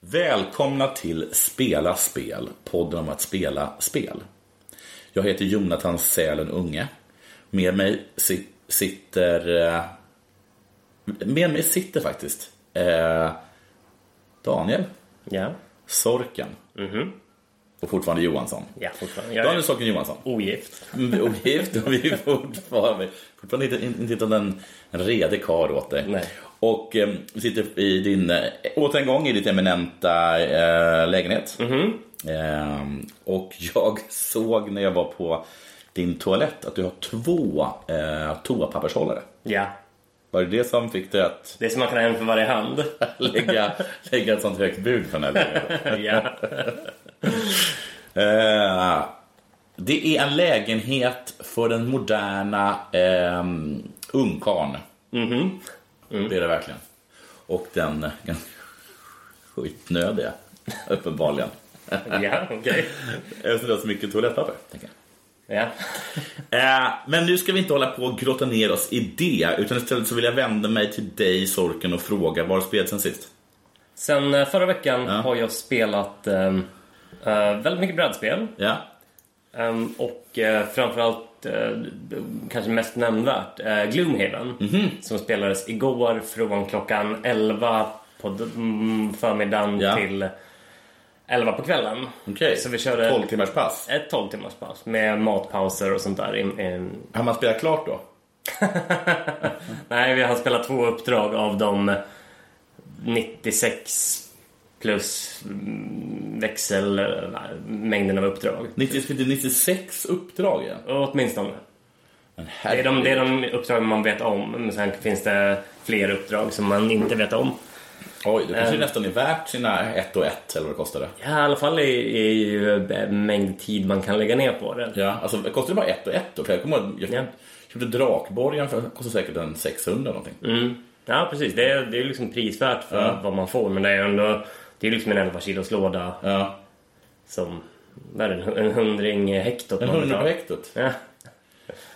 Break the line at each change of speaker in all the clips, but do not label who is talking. Välkomna till Spela spel, podden om att spela spel. Jag heter Jonathan Sälen Unge. Med mig si- sitter... eh, Med mig sitter faktiskt eh, Daniel
Ja,
Sorken. Och fortfarande Johansson.
Mhm. ja fortfarande. Jag
Daniel
är
Sorken Johansson.
ogift.
Ogift och vi är fortfarande, fortfarande inte, inte hittat en, en redig karl åt dig.
Nej.
Och eh, vi sitter i din, eh, åter en gång i ditt eminenta eh, lägenhet. Ehm, och jag såg när jag var på din toalett att du har två eh, toapappershållare.
Ja,
Var det det som fick dig att
det är som man kan ha en för varje hand.
lägga, lägga ett sånt högt bud från den här lägenheten?
ja.
Eh, det är en lägenhet för den moderna eh, ungkarln.
Mhm. Mm.
Det är det verkligen. Och den eh, skitnödiga, uppenbarligen.
ja, okej.
Eftersom det är så mycket toalettpapper. Tänker jag.
Ja.
Eh, men nu ska vi inte hålla på och grotta ner oss i det. Utan istället så vill jag vända mig till dig Sorken och fråga, var har du spelat sen sist?
Sen eh, förra veckan
Ja.
har jag spelat ehm, eh, väldigt mycket brädspel.
Ja,
Ehm, och eh, framförallt, eh, kanske mest nämnvärt, eh, Gloomhaven.
Mhm.
Som spelades igår från klockan 11 på d- mm, förmiddagen
Ja.
till 11 på kvällen.
okej.
Så vi eh, körde
12 timmars pass.
ett 12 timmars paus med matpauser och sånt där. i- i-
Har man spelat klart då?
Nej, vi har spelat två uppdrag av de 96 plus mm, växel, nej, mängden av uppdrag.
90, 96 uppdrag igen.
Åtminstone.
Men
Det är, de, det är de uppdrag man vet om, men sen finns det fler uppdrag som man inte vet om.
Oj, det kanske
Ehm.
nästan är värt sina ett och ett eller vad det kostade.
Ja, I alla fall i, i mängd tid man kan lägga ner på det.
Ja, alltså det kostade bara ett och ett då? För jag kommer ihåg, jag
Ja.
köpte Drakborgen för det kostade säkert en 600 någonting.
Mm. Ja, precis. Det är, det är liksom prisvärt för
Ja.
vad man får, men det är ändå... Det är liksom en 11 kilos låda
Ja,
som... Vad är det? En hundring hektot.
en
man
hundra på
betalar.
hektot.
Ja.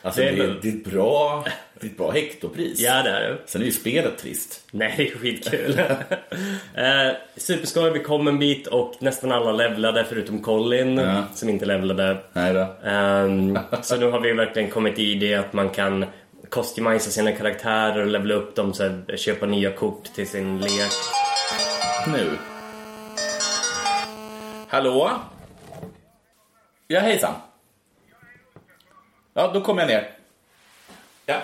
Alltså det
Det
är,
är
det,
väl-
är ett bra, det är ett bra hektopris.
ja, det är det.
Sen är ju spelet trist.
Nej, det är skitkul. eh, superskoj, vi kom en bit och nästan alla levlade förutom Colin
Ja.
som inte levlade.
Nej då.
Ehm, så nu har vi verkligen kommit i det att man kan customisa sina karaktärer och levla upp dem, så här, köpa nya kort till sin lek.
Nu. Hallå? Ja, hejsan. Ja, då kommer jag ner. Ja.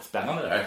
Spännande det här.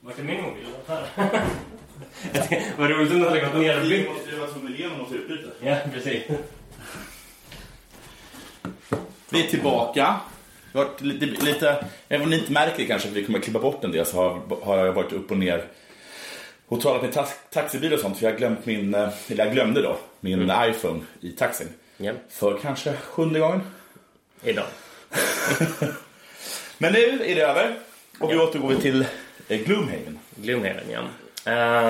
Vart är min mobil? Vad roligt om den hade gått ner och blivit.
Det var som miljön måste utbyta.
Ja, precis.
Vi är tillbaka. Det har varit lite, lite, även om ni inte märker det kanske, för vi kommer att klippa bort en del, så har, har jag varit upp och ner och talat med tax, taxibil och sånt. För jag, har glömt min, eh, eller jag glömde då min iPhone i taxin.
Ja.
För kanske sjunde gången.
Idag.
Men nu är det över och vi återgår till eh, Gloomhaven.
Gloomhaven, ja.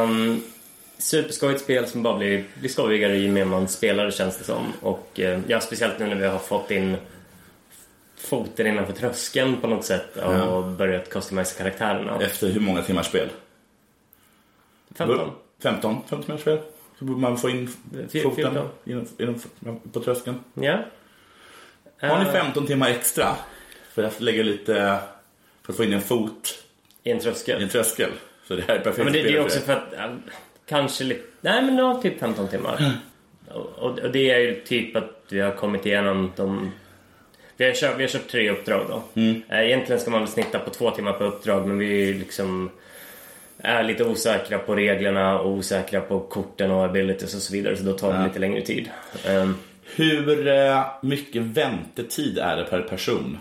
Um, superskojigt spel som bara blir, blir skojigare ju mer man spelar känns det som. Och eh, ja, speciellt nu när vi har fått in foten innanför tröskeln på något sätt och börjat customisa karaktärerna.
Efter hur många timmars spel?
15?
15, 15 timmars spel. Så borde man få in
Fy-
foten
fjorton.
in, in, på tröskeln.
Ja.
Har ni 15 timmar extra? För att lägga lite... För att få in en fot i
I en
en
tröskel.
tröskel. Så det här är perfekt
Ja, men det, det
spel
är också
er.
för att... eh, kanske lite... Nej, men ja, typ 15 timmar. Och, och och det är ju typ att vi har kommit igenom de... Vi har kört, vi har kört tre uppdrag då. Eh, Egentligen ska man väl snitta på två timmar på uppdrag, men vi är ju liksom är lite osäkra på reglerna och osäkra på korten och abilities och så vidare, så då tar det lite längre tid. Eh,
Hur eh, mycket väntetid är det per person?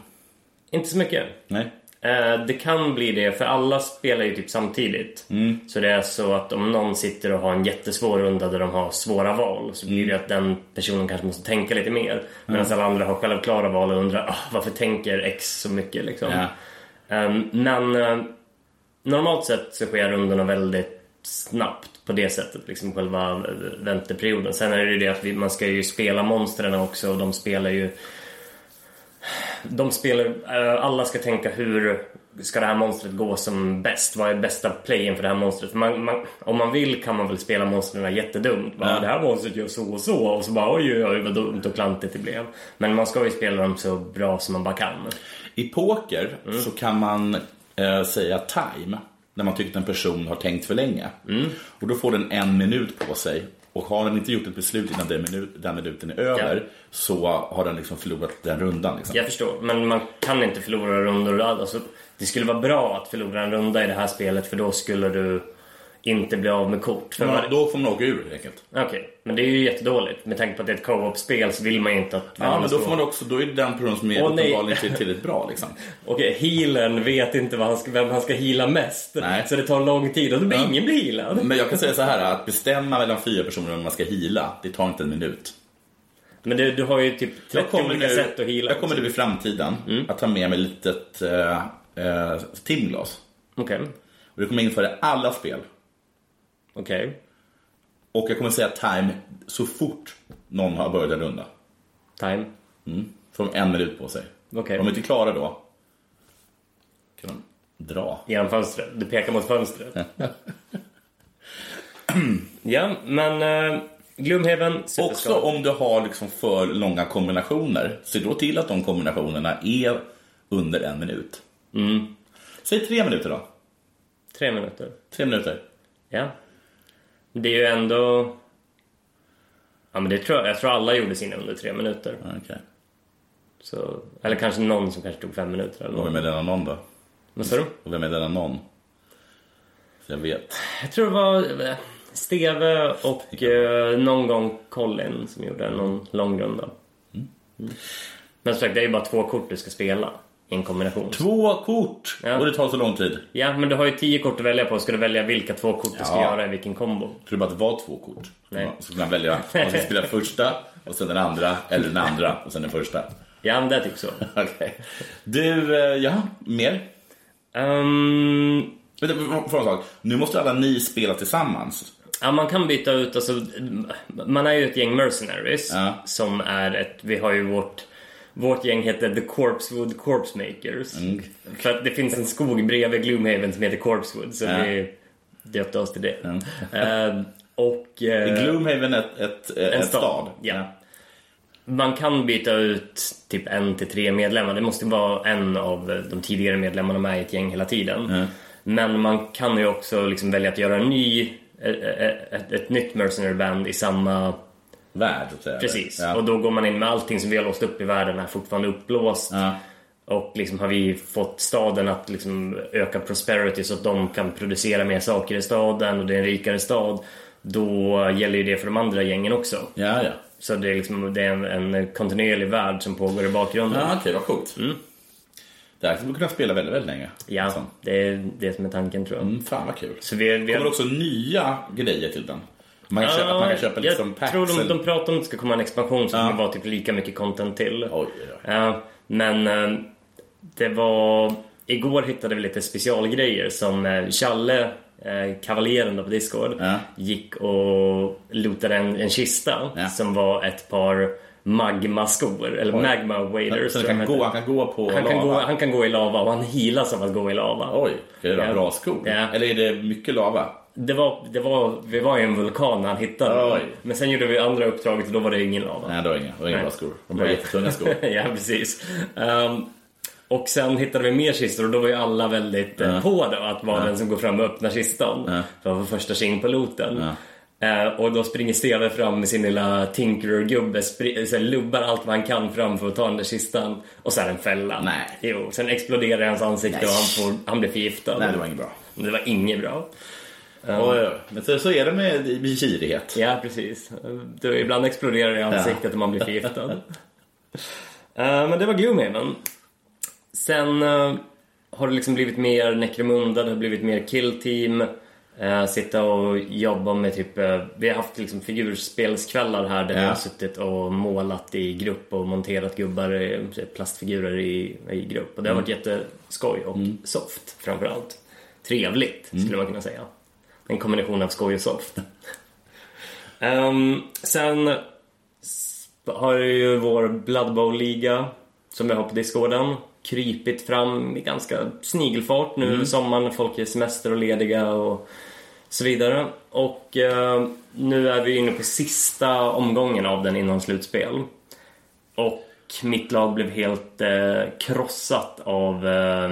inte så mycket.
Nej?
Eh, Det kan bli det, för alla spelar ju typ samtidigt. Så det är så att om någon sitter och har en jättesvår runda där de har svåra val så blir det ju att den personen kanske måste tänka lite mer. Medan alla andra har självklara val och undrar "Ah, varför tänker X så mycket liksom.
Ja.
Ehm, Men eh, normalt sett så sker rundorna väldigt snabbt på det sättet, liksom själva eh, vänteperioden. Sen är det ju det att vi, man ska ju spela monstren också och de spelar ju... De spelar... eh, Alla ska tänka hur ska det här monstret gå som bäst? Vad är bästa playen för det här monstret? För man, man, om man vill kan man väl spela monstren jättedumt. Bara, Det här monstret gör så och så och så bara oj oj oj vad dumt och klantigt det blev. Men man ska ju spela dem så bra som man bara kan.
I poker
Mm.
så kan man eh, säga time när man tycker att en person har tänkt för länge.
Mm.
Och då får den en minut på sig. Och har den inte gjort ett beslut innan den, minut, den minuten är över så har den liksom förlorat den rundan. Liksom.
Jag förstår, men man kan inte förlora rundor. Alltså, det skulle vara bra att förlora en runda i det här spelet för då skulle du inte bli av med kort. För
Men
var...
Då får man åka ur helt enkelt.
Okej, men det är ju jättedåligt. Med tanke på att det är ett co-op-spel så vill man ju inte att...
Ja, men då, får man också, då är det den personen som är
Åh, nej.
uppenbarligen inte tillräckligt bra. Liksom.
Okej, healern vet inte vad han ska, vem han ska heala mest.
Nej.
Så det tar lång tid och då blir ingen blir healad.
Men jag kan säga så här att bestämma mellan fyra personer om man ska hila, det tar inte en minut.
Men du, du har ju typ 30 olika sätt att heala. Mm.
jag kommer nu i framtiden att ta med mig ett litet eh, eh, timglas.
Okej,
Och det kommer jag införa i alla spel.
okej.
Och jag kommer säga time så fort någon har börjat en runda.
Time.
Får de en minut på sig.
Okej.
Om de inte klarar då kan de dra.
Genom fönstret. Du pekar mot fönstret. ja, men... Uh, Gloomhaven,
Också
superskoj.
om du har liksom för långa kombinationer, se då till att de kombinationerna är under en minut.
Mm.
Säg tre minuter då.
Tre minuter.
Tre minuter.
Ja. Det är ju ändå... Ja, men det tror jag, jag tror alla gjorde sina under tre minuter.
Okej. Okay.
Så, eller kanske någon som kanske tog fem minuter eller
Och
något.
vem är denna någon då?
Vad sa du?
Och vem är denna någon? Så jag vet.
Jag tror det var eh, Steve och eh, någon gång Colin som gjorde någon lång runda.
Mm.
Mm. Men som sagt, det är ju bara två kort du ska spela i en kombination.
Två kort!
Ja.
Och det tar så lång tid.
Ja, men du har ju tio kort att välja på. Ska du välja vilka två kort du ska
Ja.
göra i vilken kombo?
Tror du bara att det var två kort?
Nej.
Så kan man välja. Man ska spela första, och sen den andra, eller den andra, och sen den första.
Ja, men det är typ så.
Okej. Du, eh, ja, mer?
Ehm,
Vänta, för en sak. Nu måste alla ni spela tillsammans.
Ja, man kan byta ut, alltså, man är ju ett gäng mercenaries
Ja.
som är ett, vi har ju vårt Vårt gäng heter The Corpsewood Corpse Makers.
Mm.
För att det finns en skog bredvid Gloomhaven som heter Corpsewood. Så
Ja.
vi döpte oss till det. Eh, och... eh,
Gloomhaven är ett, ett, ett,
en
stad.
stad. Ja. Man kan byta ut typ en till tre medlemmar. Det måste vara en av de tidigare medlemmarna med i ett gäng hela tiden. Men man kan ju också liksom välja att göra en ny, ett, ett, ett nytt mercenary band i samma...
Värld, så att säga.
Precis.
Ja.
Och då går man in med allting som vi har låst upp i världen är fortfarande uppblåst.
Ja.
Och liksom har vi fått staden att liksom öka prosperity så att de kan producera mer saker i staden och det är en rikare stad. Då gäller ju det för de andra gängen också.
ja, ja.
Så det är, liksom, det är en, en kontinuerlig värld som pågår i bakgrunden.
Ja, okej, vad coolt. Det här skulle man kunna spela väldigt, väldigt länge.
Mm. Ja,
Sånt.
det är det som är tanken tror jag.
Mm, fan vad kul.
Så vi, vi
Kommer det också nya grejer till den? Man kan köpa, att man kan köpa liksom
jag
packs
tror de,
eller-
de pratar om att det ska komma en expansion som
Ja.
kommer vara typ lika mycket content till.
Oj, oj, oj.
Ja, men eh, det var... Igår hittade vi lite specialgrejer som eh, Challe, eh, kavaljeren då på Discord,
Ja.
gick och lotade en, en kista
Ja.
som var ett par magmaskor, eller magma waders.
Så
tror
han
jag de
kan, gå,
heter.
han kan gå på
Han kan,
lava?
gå, han kan gå i lava och han healas av att gå i lava.
Oj, är det
Ja.
bra skor?
Ja.
Eller är det mycket lava?
Det var, det var, vi var i en vulkan när han hittade den.
Oj.
Men sen gjorde vi andra uppdraget och då var det ingen lava.
Nej, det var inga, det var inga
Nej.
bra skor. De var
Nej.
jättetunga skor.
ja, precis. Ehm, och sen hittade vi mer kistor och då var ju alla väldigt eh, på det att vara den som går fram och öppnar kistan. För att få första tjing på looten. Eh, och då springer Steve fram med sin lilla Tinkerer-gubbe, spri- eh, så här lubbar allt vad han kan fram för att ta den där kistan. Och så är det en fälla.
Nej.
Jo, sen exploderar hans ansikte och han, får, han blir förgiftad.
Nej, det var inget bra.
Det var inget bra.
Oj, oj. Men så, så är det med med girighet.
Ja, precis. Du, ibland exploderar det i ansiktet och man blir förgiftad. Eh, men det var Gloomhaven. Sen eh, har det liksom blivit mer Necromunda, det har blivit mer Kill Team. eh, sitta och jobba med typ, eh, vi har haft liksom figurspelskvällar här där vi
Ja.
har suttit och målat i grupp och monterat gubbar, i- plastfigurer i, i grupp. Och det har varit jätteskoj och soft framförallt. Trevligt skulle man kunna säga. En kombination av skoj och soft. Ehm, sen s- har ju vår Blood Bowl-liga, som jag har på Discorden, krypit fram i ganska snigelfart nu i sommaren när folk är semester och lediga och så vidare. Och eh, nu är vi inne på sista omgången av den innan slutspel. Och mitt lag blev helt eh, krossat av eh,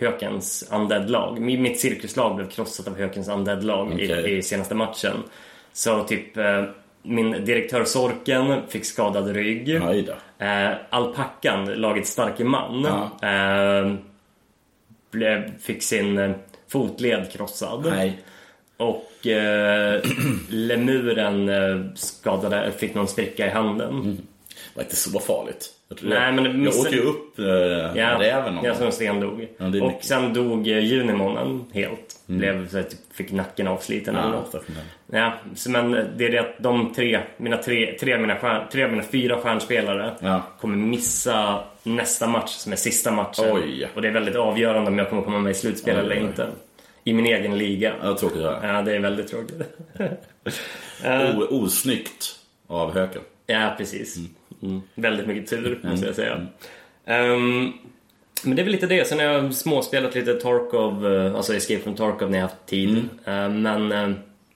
Hökens undead-lag. Mi- Mitt cirkuslag blev krossat av Hökens undead-lag
Okej.
i, i senaste matchen. Så typ eh, min direktör Sorken fick skadad rygg.
Oj då.
Eh, alpackan, lagets starke man,
Ja.
eh, blev, fick sin eh, fotled krossad.
Nej.
Och eh, lemuren eh, skadade, fick någon spricka i handen.
Det var inte så farligt. Jag, tror
Nej,
jag,
men det
jag
missade-
åt ju upp äh,
Ja,
räven någon
ja,
gång.
som Sten dog.
Ja, det är
och
mycket. Mm.
sen dog eh, Junimonen helt. Blev, så här, typ, fick nacken avsliten eller
Ja,
något.
Staffan Lund.
Ja, så, men eh, det är det att de tre, mina, tre, tre, av mina, stjärn, tre av mina fyra stjärnspelare
Ja.
kommer missa nästa match som är sista matchen.
Oj.
Och det är väldigt avgörande om jag kommer komma med i slutspel
Oj,
eller
oj.
inte. I min egen liga.
Ja, tråkigt att höra.
Ja, det är väldigt tråkigt.
O, osnyggt av höken.
Ja, precis. Mm. Väldigt mycket tur, måste jag säga. Ehm, men det är väl lite det. Sen har jag småspelat lite Tarkov, eh, alltså Escape from Tarkov när jag haft tid. Ehm, men eh,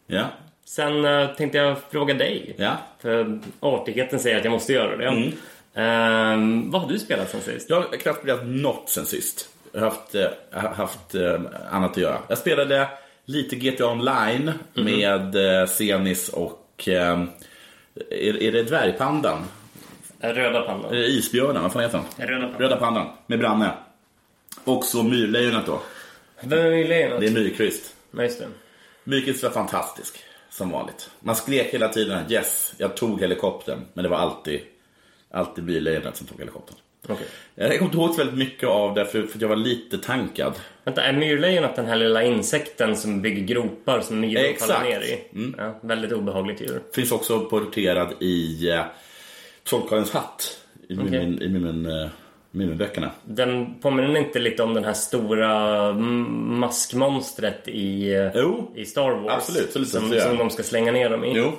Ja,
sen eh, tänkte jag fråga dig.
ja.
För artigheten säger att jag måste göra det. Ehm, vad har du spelat sen sist?
Jag har knappt spelat något sen sist. Jag har haft, eh, haft eh, annat att göra. Jag spelade lite GTA Online
Mhm.
med eh, Senis och... eh, Är, är det dvärgpandan?
Röda pandan.
Eh, Isbjörnen, vad fan heter han?
Röda pandan.
Röda pandan, med Branne. Och så myrlejonet då.
Vem är Milena?
Det är Myrkvist.
Ja, just det.
Myrkvist var fantastisk, som vanligt. Man skrek hela tiden yes, jag tog helikoptern. Men det var alltid, alltid myrlejonet som tog helikoptern.
Okej.
Eh, Jag kommer inte ihåg så väldigt mycket av det för, för jag var lite tankad.
Vänta, är myrlejonet den här lilla insekten som bygger gropar som myror
Exakt.
faller ner i? Ja, väldigt obehagligt djur.
Finns också porträtterad i eh, Trollkarlens hatt. I
Okej.
Mumin- i Mumin, eh, Muminböckerna.
Den påminner inte lite om den här stora mm, maskmonstret i,
Jo.
i Star Wars?
Absolut, så lite
som,
så gör.
som de ska slänga ner dem i.
Jo,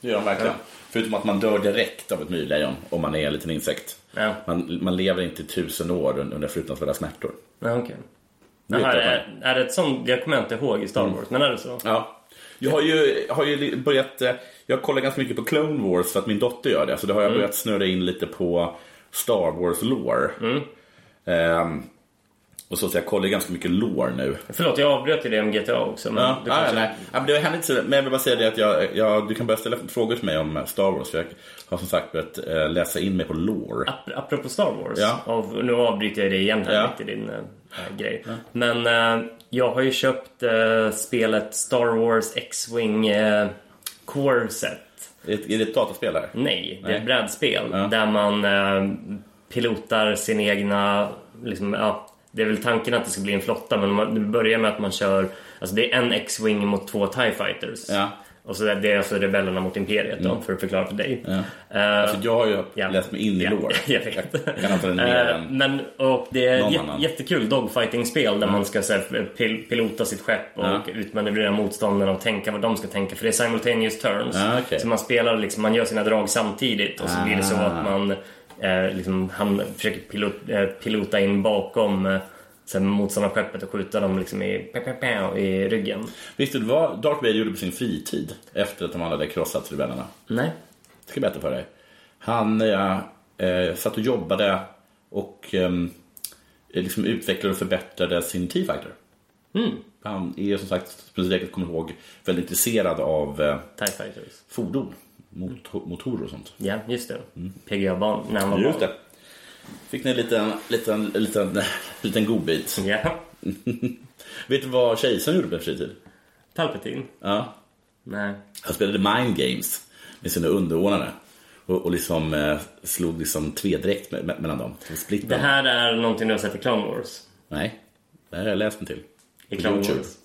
det gör de verkligen. Förutom att man dör direkt av ett myrlejon om man är en liten insekt.
Ja.
Man, man lever inte tusen år un- under fruktansvärda smärtor.
Ja, okej.
Vet
Jaha,
du att
är, är det ett sånt? Jag kommer inte ihåg i Star
Mm.
Wars, men är det så?
Ja. Jag har ju, har ju börjat... eh, Jag kollar ganska mycket på Clone Wars för att min dotter gör det. Så då har jag
Mm.
börjat snurra in lite på Star Wars lore.
Mm.
Ehm, och så, så jag kollar ganska mycket lore nu.
Förlåt, jag avbröt ju det om GTA också. Men
Ja,
du
ja,
kanske...
nej. Ja, men det hände inte så, men jag vill bara säga det att jag, jag, du kan börja ställa frågor till mig om eh, Star Wars. För jag har som sagt börjat eh, läsa in mig på lore.
Ap- Apropå Star Wars,
Ja.
av, nu avbryter jag dig igen här
Ja.
mitt i din eh, här grej. Men eh, jag har ju köpt eh, spelet Star Wars X-Wing eh, Core Set.
Är det, är det ett dataspel här?
Nej, det är
Nej.
ett brädspel där man eh, pilotar sin egna... Liksom, ja, det är väl tanken att det ska bli en flotta men man, det börjar med att man kör... Alltså det är en X-Wing mot två TIE Fighters.
Ja. Mm.
Och så där, det är alltså rebellerna mot Imperiet då, för att förklara för dig. Eh,
Alltså, jag har ju
Ja.
läst mig in i
Ja,
lore.
jag vet.
Jag kan antagligen mer
Eh,
än...
Men, och det är
Någon
jä-
annan.
jättekul dogfighting-spel där man ska så här, pil- pilota sitt skepp och utmanövrera motståndarna och tänka vad de ska tänka för det är simultaneous turns.
Ja, okej.
Så man spelar liksom, man gör sina drag samtidigt och så blir det så att
Ah.
man eh, liksom, han försöker pilot, eh, pilota in bakom eh, så här motståndarskeppet och skjuta dem liksom i, pow, pow, pow, i ryggen.
Visste du vad Darth Vader gjorde på sin fritid? Efter att de alla hade krossat rebellerna.
Nej.
Jag ska berätta för dig. Han eh, eh, satt och jobbade och eh, liksom utvecklade och förbättrade sin T-Fighter. Han är som sagt, som du säkert kommer ihåg, väldigt intresserad av eh,
TIE Fighters.
fordon, mot- motorer och sånt.
Ja, just det. PGA-ban när han var
Mm. Just
barn.
det. Fick ni en liten, liten, liten, liten godbit.
Ja.
Vet du vad kejsaren gjorde på sin fritid?
Palpatine.
Ja.
Nej.
Han spelade mind games med sina underordnade. Och, och liksom eh, slog liksom tvedräkt me- me- mellan dem. Så Split
Det
dem.
här är någonting du har sett i Clone Wars.
Nej, det här har jag läst mig till.
I
På
Clone
YouTube.
Wars.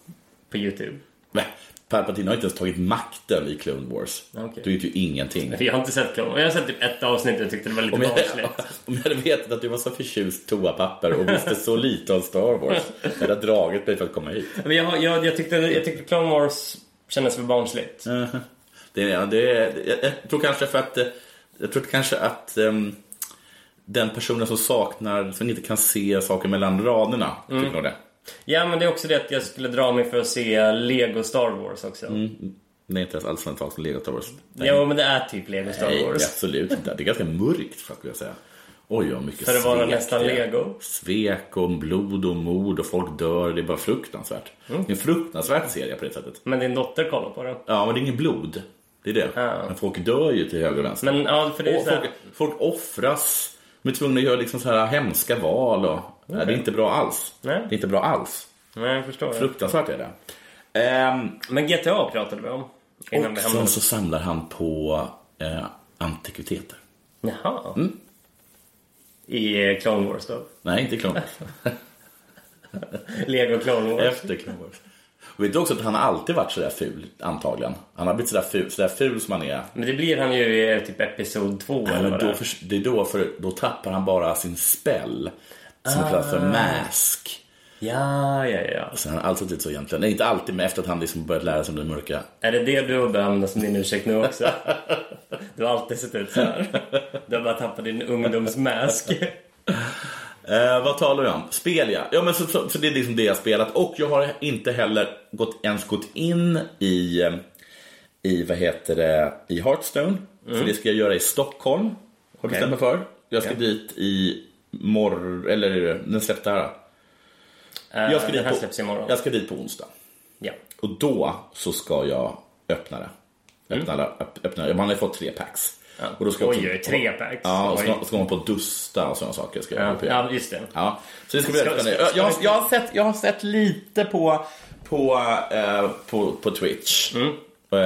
På YouTube.
Nej, Palpatine har inte ens tagit makten i Clone Wars.
Okej.
Du vet ju typ ingenting.
För jag har inte sett Clone Wars. Jag har sett typ ett avsnitt och jag tyckte det var lite
Om jag,
barnsligt.
om jag hade vetat att du var så förtjust i toapapper och visste så lite om Star Wars. Jag hade jag dragit mig för att komma hit.
Men jag, har- jag, jag, tyckte, jag tyckte Clone Wars kändes för barnsligt.
Mm. Det, ja, det, jag, jag tror kanske för att eh, Jag tror kanske att ehm, Den personen som saknar, som inte kan se saker mellan raderna tycker nog det.
Ja, men det är också det att jag skulle dra mig för att se Lego Star Wars också.
Mm. Det är inte alls samma sak som Lego Star Wars.
Jo, men det är typ Lego Star
Nej,
Wars.
absolut inte. Det är ganska mörkt skulle jag säga. Oj, vad mycket
För att vara
svek
nästan
det är.
Lego.
Svek och blod och mord och folk dör. Det är bara fruktansvärt.
Mm.
Det är en fruktansvärd serie på det sättet.
Men din dotter kollar på det.
Ja, men det är inget blod. Det är det. Men folk dör ju till höger och vänster.
Men ja, för det är
Och
så här,
folk, folk offras. De är tvungna att göra liksom så här hemska val. Och, Nej, det är inte bra alls.
Nej.
Det är inte bra alls.
Nej, jag förstår. det.
Fruktansvärt är det. Ehm,
Men GTA pratade vi om. Innan
och
vi
sen
hamnade...
så samlar han på eh, antikviteter.
Jaha.
Mm.
I eh, Clone Wars då.
Nej, inte Clone Wars.
Lego Clone Wars.
Efter Clone Wars. Och vet du också att han alltid varit sådär ful, antagligen. Han har blivit sådär ful, sådär ful som han är.
Men det blir han ju i typ episod 2 eller
Men
vad
då,
det är.
för, det är då, för, då tappar han bara sin spell som kallas
Ah.
för mask.
Ja, ja, ja.
Så han har alltid sett ut så egentligen. Nej, inte alltid, men efter att han liksom börjat lära sig om det mörka.
Är det det du har benämnt som din ursäkt nu också? Du har alltid sett ut så här. Du har bara tappat din ungdomsmask.
Eh, vad talar vi om? Spel ja. Ja men så, så, så det är liksom det jag har spelat och jag har inte heller gått, ens gått in i, eh, i vad heter det, i Hearthstone. För
Mm.
det ska jag göra i Stockholm. Har jag bestämt mig för. Jag ska dit i morgon, eller när släpps det här? Jag ska,
den
dit
Eh, här
på,
släpps imorgon.
jag ska dit på onsdag.
Ja.
Och då så ska jag öppna det. Öppna, alla- öpp, öppna, man har ju fått tre packs. Och då ska jag
Mm. Oj,
också-
oj, tre packs.
Ja, och
Oj.
ska, ska man på dusta och sådana saker. Ska jag
Ja,
hålla på med.
ja, just det.
Ja, så det ska bli
Ska-
väldigt spännande.
ska- ska
Jag, jag,
vi-
jag, har sett, jag har sett lite på, på, eh, på, på Twitch. Eh, och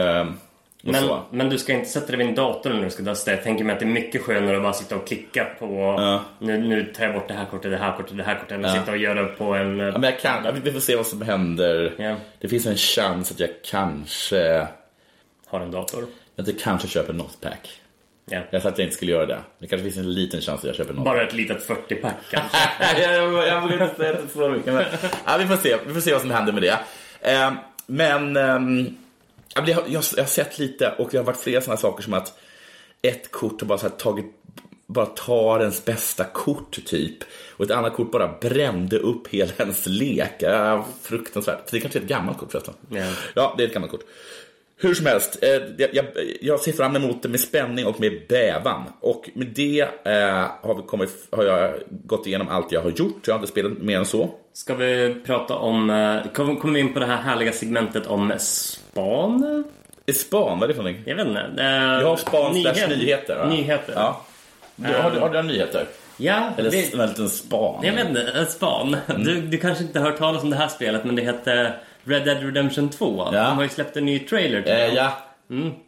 Mm. Men,
så.
men du ska inte sätta dig vid en dator när du ska dasta. Jag tänker mig att det är mycket skönare att bara sitta och klicka på... Nu, nu tar jag bort det här kortet, det här kortet, det här kortet. Än att sitta och göra det på en... eh,
Ja, men jag kan, ja, vi- vi får se vad som händer.
Ja.
Det finns en chans att jag kanske,
Har en dator.
att jag kanske köper något pack.
Ja.
Jag sa att jag inte skulle göra det. Det kanske finns en liten chans att jag köper något.
Bara ett litet 40-pack kanske.
Nej, jag, jag vågar inte säga det så mycket. Men, ja, vi, får se, vi får se vad som händer med det. ehm, Eh, men ehm, ja, men jag, har- jag, har- jag har sett lite och det har varit flera sådana saker som att ett kort och bara så här tagit bara tar ens bästa kort typ. Och ett annat kort bara brände upp hela ens lek. Äh, fruktansvärt. Det kanske är ett gammalt kort förresten.
Ja.
Ja, det är ett gammalt kort. Hur som helst, eh, jag, jag, jag ser fram emot det med spänning och med bävan. Och med det eh, har, vi kommit, har jag gått igenom allt jag har gjort. Jag har inte spelat mer än så.
Ska vi prata om... eh, Kommer kom vi in på det här härliga segmentet om span?
Span, vad är det för någonting?
Jag vet inte. Eh,
Jag har span slash nyheter. va?
Nyheter. Ja,
Ja. Du, har, du, har du några nyheter? Eller
det,
en liten span?
jag vet inte. En span.
Mm.
Du, du kanske inte har hört talas om det här spelet, men det hette Red Dead Redemption 2.
Ja.
De har ju släppt en ny trailer till
Eh,
det.
ja.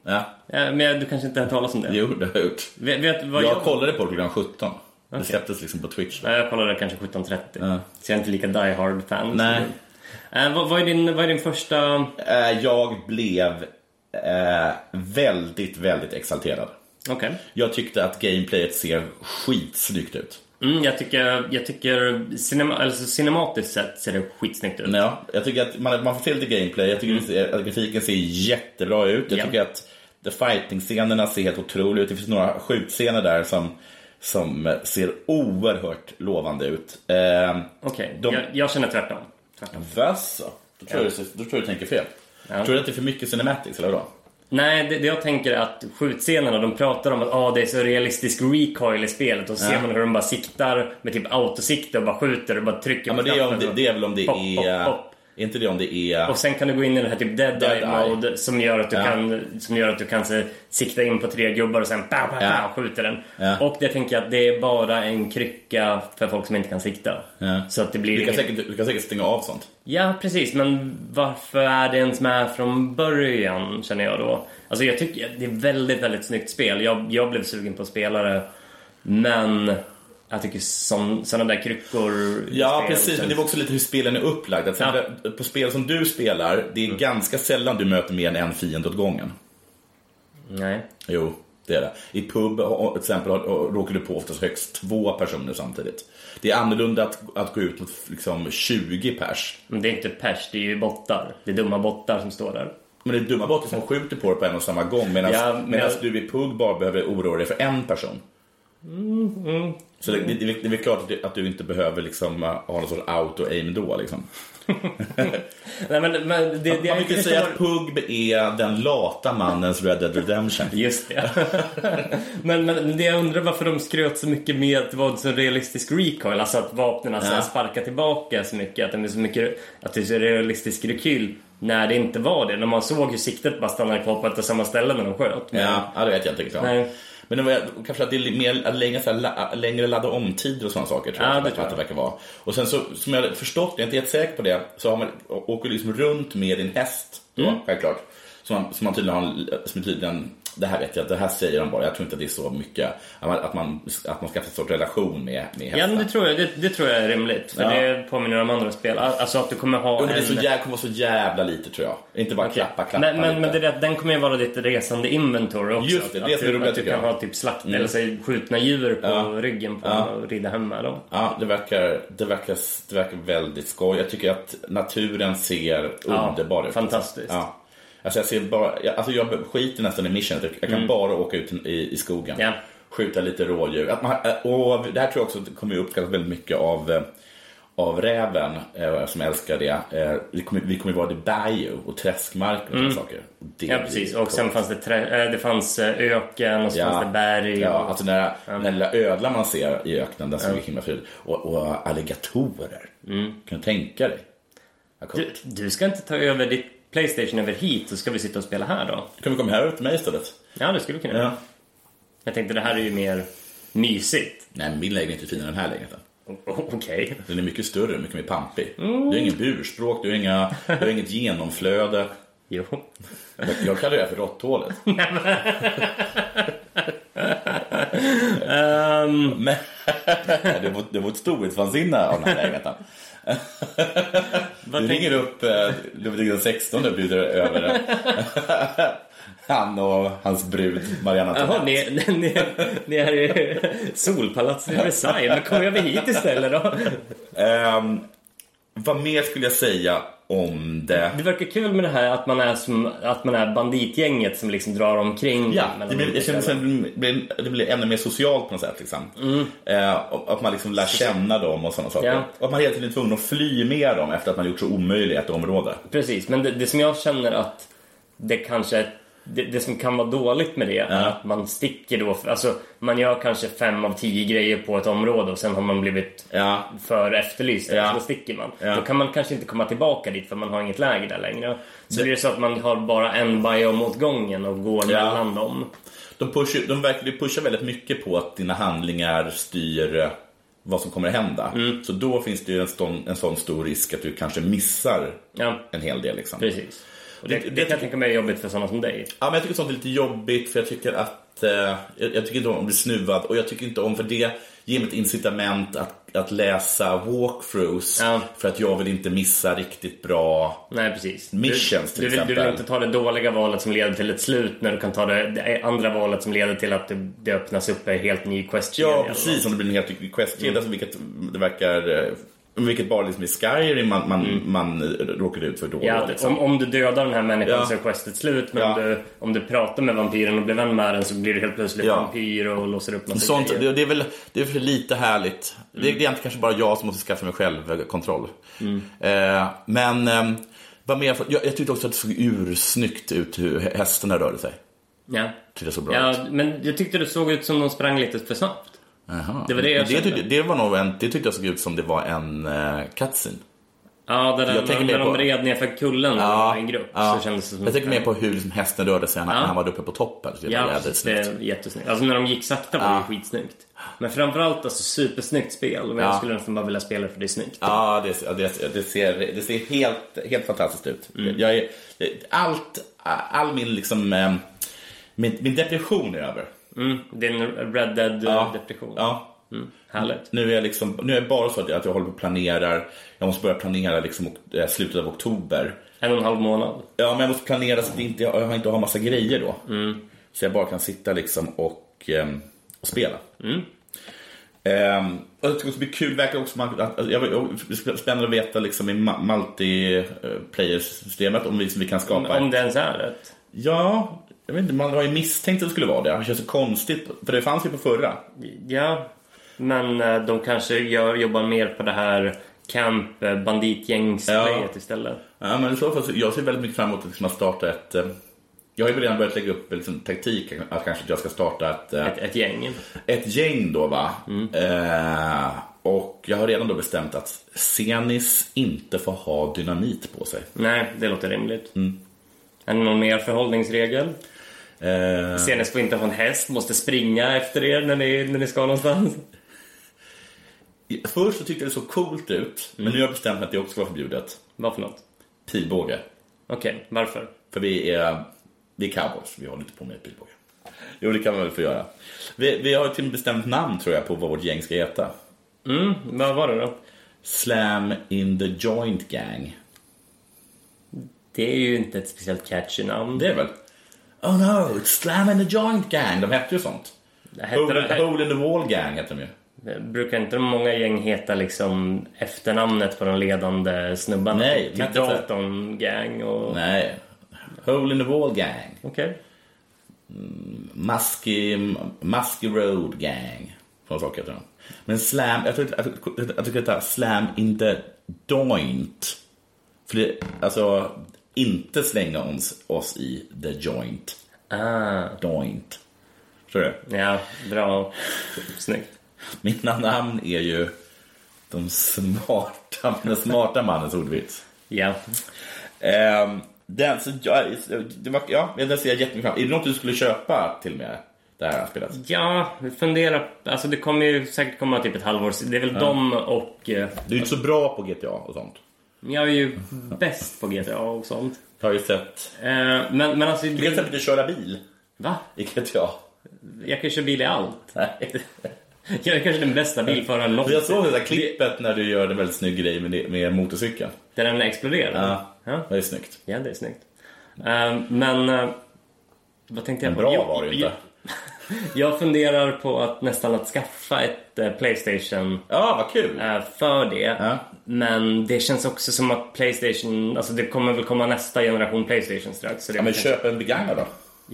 ja.
Eh, Men du kanske inte har hört talas om det?
Jo, det har jag gjort.
Vet, vet vad
Jag kollade på det klockan 17. Det släpptes liksom på Twitch. Då.
Nej, jag kollade kanske 17.30.
Ja.
Så jag är inte lika die hard-fan. som
Nej.
du. Eh, vad, vad, är din, vad är din första...
Eh, Jag blev eh, väldigt, väldigt exalterad.
Okej.
Jag tyckte att gameplayet ser skitsnyggt ut.
Mm, jag tycker, jag tycker cinema, alltså cinematiskt sett ser det skitsnyggt ut.
Ja, jag tycker att man, man får se lite gameplay. Jag tycker det ser- att grafiken ser jättebra ut. Jag
Mm. Ja.
tycker att the fighting-scenerna ser helt otroliga ut. Det finns några skjutscener där som, som ser oerhört lovande ut. Eh,
Okej,
De-
jag, jag känner tvärtom. tvärtom.
Vasså? Då tror, jag, du- då tror jag du tänker fel.
Ja.
Tror du att det är för mycket cinematics, eller vadå?
Nej, det, det jag tänker är att skjutscenerna, de pratar om att ah, det är så realistisk recoil i spelet och så ser man hur de bara siktar med typ autosikte och bara skjuter och bara trycker
Ja, men det är, om det,
och-
det är väl om det
Hopp,
är...
hopp, hopp.
Är inte det om det är...
Och sen kan du gå in i den här typ dead,
Dead
eye
eye.
mode som gör att du
Ja.
kan, som gör att du kan se, sikta in på tre gubbar och sen bam, bam,
Ja.
bam, skjuter den.
Ja.
Och det tänker jag att det är bara en krycka för folk som inte kan sikta.
Ja.
Så att det blir
Du kan,
inget-
säkert, du kan säkert stänga av sånt.
Ja, precis. Men varför är det ens med från början, känner jag då? Alltså, jag tycker det är väldigt, väldigt snyggt spel. Jag, jag blev sugen på att spela det, men jag tycker sådana där kryckor... i
Ja,
spel
precis. Men det var också lite hur spelen är upplagda. Till exempel, På spel som du spelar, det är
Mm.
ganska sällan du möter mer än en fiende åt gången.
Nej.
Jo, det är det. I pub och- och- till exempel har- och råkar du på oftast högst två personer samtidigt. Det är annorlunda att, att gå ut mot liksom 20 pers.
Men det är inte pers, det är ju bottar. Det är dumma bottar som står där.
Men det är dumma bottar som skjuter på dig på en och samma gång medan
Ja, men-
medan du i pug bara behöver oroa dig för en person.
Mm,
Så det, det, det är väl klart att du, att du inte behöver liksom, äh, ha någon sorts auto-aim då. Liksom.
Nej, men, men det, det jag
Man
inte
kan ju säga
förstår-
att Pug är den lata mannens Red Dead Redemption.
Just det. men, men det jag undrar varför de skröt så mycket med att det var en så realistisk recoil, alltså att vapnen alltså
Ja.
sparkar tillbaka så mycket, att det är så mycket att det är så realistisk rekyl när det inte var det. När man såg hur siktet bara stannade kvar på ett och samma ställe när de sköt.
Ja, ja, det vet jag inte riktigt om.
Nej.
Men det var, kanske att det är li- mer, att längre, så här, la- längre ladda om-tider och sådana saker tror
Ja,
jag,
det
att,
tror
att det
jag.
verkar vara. Och sen så, som jag har förstått, jag är inte helt säker på det, så har man, å- åker du liksom runt med din häst då,
Mm.
självklart. Som man, som man tydligen har, en- som är tydligen, det här vet jag, det här säger de bara, jag tror inte att det är så mycket, att man, att man, att man skaffar en sorts relation med, med
Ja, men
hästen.
det tror jag, det, det tror jag är rimligt. För
Ja.
det påminner om andra spel. Alltså att du kommer ha
Jo, men det är
en...
så jä- kommer vara så jävla lite tror jag. Inte bara
Okej.
klappa, klappa
men, men, men
lite.
det är det att den kommer ju vara ditt resande inventory också.
Just det, det
att,
är det
du-
roliga
att du
tycker
kan
jag. Mm.
ha typ slakt eller så, skjutna djur på ryggen på och rida hem med dem.
Ja, det verkar, det, verkar, det verkar väldigt skoj. Jag tycker att naturen ser
Ja,
underbar ut.
fantastiskt.
Ja. Alltså jag, ser bara, jag, alltså jag skiter nästan i mission. Jag kan bara åka ut i, i skogen.
Mm. Ja.
Skjuta lite rådjur. Att man, eh, och det här tror jag också kommer uppskattas väldigt mycket av, eh, av räven, eh, som älskar det. Eh, Vi kommer, vi kommer vara i bayou och träskmarker och sådana saker. Det
Mm. Ja
blir
precis, och
coolt.
sen fanns det, trä- eh, det fanns eh, öken och så fanns det berg.
Ja,
och-
alltså den där, den där lilla ödlan man ser i öknen, den som är himla ful. Och, och alligatorer.
Mm.
Kan du tänka dig? Vad coolt.
du,
Du...
du ska inte ta över ditt Playstation över hit så ska vi sitta och spela här då?
Kan vi komma här till mig istället?
Ja, det skulle vi kunna göra. Jag tänkte det här är ju mer mysigt.
Nej, men min lägenhet är finare än den här lägenheten.
O- o- Okej.
Den är mycket större, mycket mer pampig.
Mm.
Du har ingen burspråk, du har, inga, du har inget genomflöde.
Jo.
Jag, jag kallar det här för råtthålet.
Ehm,
Men det var, det var ett storhetsvansinne av den här lägenheten. du
tänk-
ringer upp eh, Ludvig den 16 och bjuder över eh, han och hans brud Mariana
Jaha,
Antoinette.
ni, ni, ni är i Solpalatset i Versailles. Men kom över hit istället då.
Ehm, Vad mer skulle jag säga om det?
Det verkar kul med det här att man är, som, att man är banditgänget som liksom drar omkring.
Ja,
mellan
det blir,
olika
jag känner att
ställen.
det blir, det blir ännu mer socialt på något sätt. Liksom. Eh, och att man liksom lär känna dem och sådana saker.
Mm. Ja.
Och att man hela tiden är tvungen att fly med dem efter att man gjort så omöjligt ett område.
Precis, men det, det som jag känner att det kanske det, det som kan vara dåligt med det är att man sticker då, alltså man gör kanske fem av tio grejer på ett område och sen har man blivit
Ja.
för efterlyst,
Ja.
så då sticker man.
Ja.
Då kan man kanske inte komma tillbaka dit för man har inget läger där längre. Så blir det så att man har bara en biom åt gången och går
Ja.
mellan dem.
De, push, de verkar de pushar väldigt mycket på att dina handlingar styr eh, vad som kommer att hända.
Mm.
Så då finns det ju en, sån- en sån stor risk att du kanske missar
Ja,
en hel del. Liksom.
precis. Och det,
Det-
det,
det-
kan jag tänka mig är jobbigt för sådana som dig.
Ja, men jag tycker sånt är lite jobbigt för jag tycker att eh, jag, jag tycker inte om att bli snuvad och jag tycker inte om för det ger mig ett incitament att, att läsa walkthroughs
Ja.
för att jag vill inte missa riktigt bra.
Nej, precis.
Missions,
du,
till
du, vill, du vill
exempel.
inte ta det dåliga valet som leder till ett slut när du kan ta det, det andra valet som leder till att det, det öppnas upp en helt ny liksom. questkedja.
Ja, precis. Om det blir en helt ny questkedja
Mm.
som vilket det verkar eh, vilket bara liksom i Skyrim man, man, man råkar ut för då och
Mm. Ja,
då.
att
Liksom.
om, om du dödar den här människan
Ja.
så är questet slut men
Ja.
om, du, om du pratar med vampyren och blir vän med den så blir du helt plötsligt
Ja.
vampyr och låser upp massa
Sånt,
grejer.
det, det är väl det är för lite härligt. Det, det
Mm.
är egentligen kanske bara jag som måste skaffa mig självkontroll. Eh, men eh, vad mer, för- jag, jag tyckte också att det såg ursnyggt ut hur hä- hästarna rörde sig.
Ja.
Tyckte det såg bra
ja,
ut.
men jag tyckte det såg ut som de sprang lite för snabbt.
Jaha.
det var det jag
det,
kände.
tyckte, det var nog en, det tyckte jag såg ut som det var en uh, cutscene.
Ja, där,
Jag
jag
tänker
när
mer
de
på-
red ner för kullen
Ja,
i en grupp
ja.
så kändes det som
jag tänker mer på hur liksom hästen rörde sig när
Ja.
han var uppe på toppen. Så det var
Ja,
jävligt
det
snyggt.
är jättesnyggt. Alltså när de gick sakta var det skitsnyggt. Men framförallt alltså supersnyggt spel. Men jag skulle nästan bara vilja spela för det är snyggt.
Ja, det, ja, det, det ser, det ser helt, helt fantastiskt ut. Jag är, allt, all min, liksom, eh, min, min depression är över.
Mm, det är en Red Dead eh, depression. Mm.
Ja.
Härligt.
Nu är, jag liksom, nu är jag bara så att jag, att jag håller på och planerar. Jag måste börja planera liksom, ok- eh, slutet av oktober.
En och en halv månad.
Ja, men jag måste planera så att jag inte, jag inte har massa grejer då.
Mm.
Så jag bara kan sitta liksom och, ehm, och spela.
Mm.
Ehm, och jag tycker också det blir kul, verkar också, man- att, att, jag, jag, spännande att veta liksom i ma- multiplayer-systemet om vi, vi kan skapa
Om det ens är rätt.
Ja, jag vet inte, man har ju misstänkt att det skulle vara det. Det känns så konstigt, för det fanns ju på förra.
Ja. Men eh, de kanske gör, jobbar mer på det här camp eh, banditgängsgrejet
Ja.
istället.
Ja, men i så fall, så- jag ser väldigt mycket fram emot liksom, att starta ett... eh, Jag har ju redan börjat lägga upp liksom, taktik att kanske jag ska starta ett, eh,
Ett, ett gäng.
ett gäng då va. Eh, och jag har redan då bestämt att Senis inte får ha dynamit på sig.
Nej, det låter rimligt.
Mm.
Är det någon mer förhållningsregel?
Eh,
Senast får inte ha en häst, måste springa efter er när ni, när ni ska någonstans.
först så tyckte jag det såg coolt ut, men nu har jag bestämt mig att det också ska vara förbjudet.
Vad för något?
Pilbåge.
Okej, varför?
För vi är, vi är cowboys, vi håller inte på med pilbåge. Jo, det kan man väl få göra. Vi, vi har ju till och med bestämt namn tror jag på vad vårt gäng ska heta.
Mm, vad var det då?
Slam in the joint gang.
Det är ju inte ett speciellt catchy namn.
Det är väl? Oh no, it's slam in the joint gang. De hette ju sånt.
Hette
Hole,
det,
hole in the wall gang hette de ju.
brukar inte de många gäng heta liksom efternamnet på de ledande snubbarna?
Nej, men
typ
inte.
Dalton Gang och...
Nej. Hole in the wall gang.
Okej.
Musky, musky road gang. Sådana saker heter de. Men slam, jag tror jag tror- jag tror att det heter slam in the joint. För det, alltså, inte slänga oss, oss i the joint.
Ah,
Joint. Förstår du?
ja, bra. Snyggt.
Mina namn är ju de smarta, den smarta mannens ordvits.
Ja.
Ehm, den, så jag, det var, ja, den ser jag jättemycket fram Är det något du skulle köpa till och med det här spelet?
Ja, fundera. Alltså det kommer ju säkert komma typ ett halvår. Det är väl de och... eh,
Du är inte så bra på GTA och sånt.
Jag är ju bäst på GTA och sånt.
Jag har ju sett...
Eh, Men, men alltså...
Du kan till
Det,
exempel inte köra bil
va?
i GTA.
Jag kan köra bil i allt.
Nej.
Jag är kanske den bästa bilföraren någonsin.
Jag såg det där klippet när du gör en väldigt snygg grej med, det- med motorcykeln.
Där den exploderar?
Ja.
ja.
Det är snyggt.
Ja, det är snyggt. Ehm, men eh, vad tänkte jag
Men
på?
bra
Jo,
var det ju
jo,
inte.
Jag funderar på att nästan att skaffa ett eh, Playstation
Ja, vad kul.
eh, för det. Men det känns också som att Playstation, alltså det kommer väl komma nästa generation Playstation strax. Så det
Ja, men
kanske-
köp en begagnad då.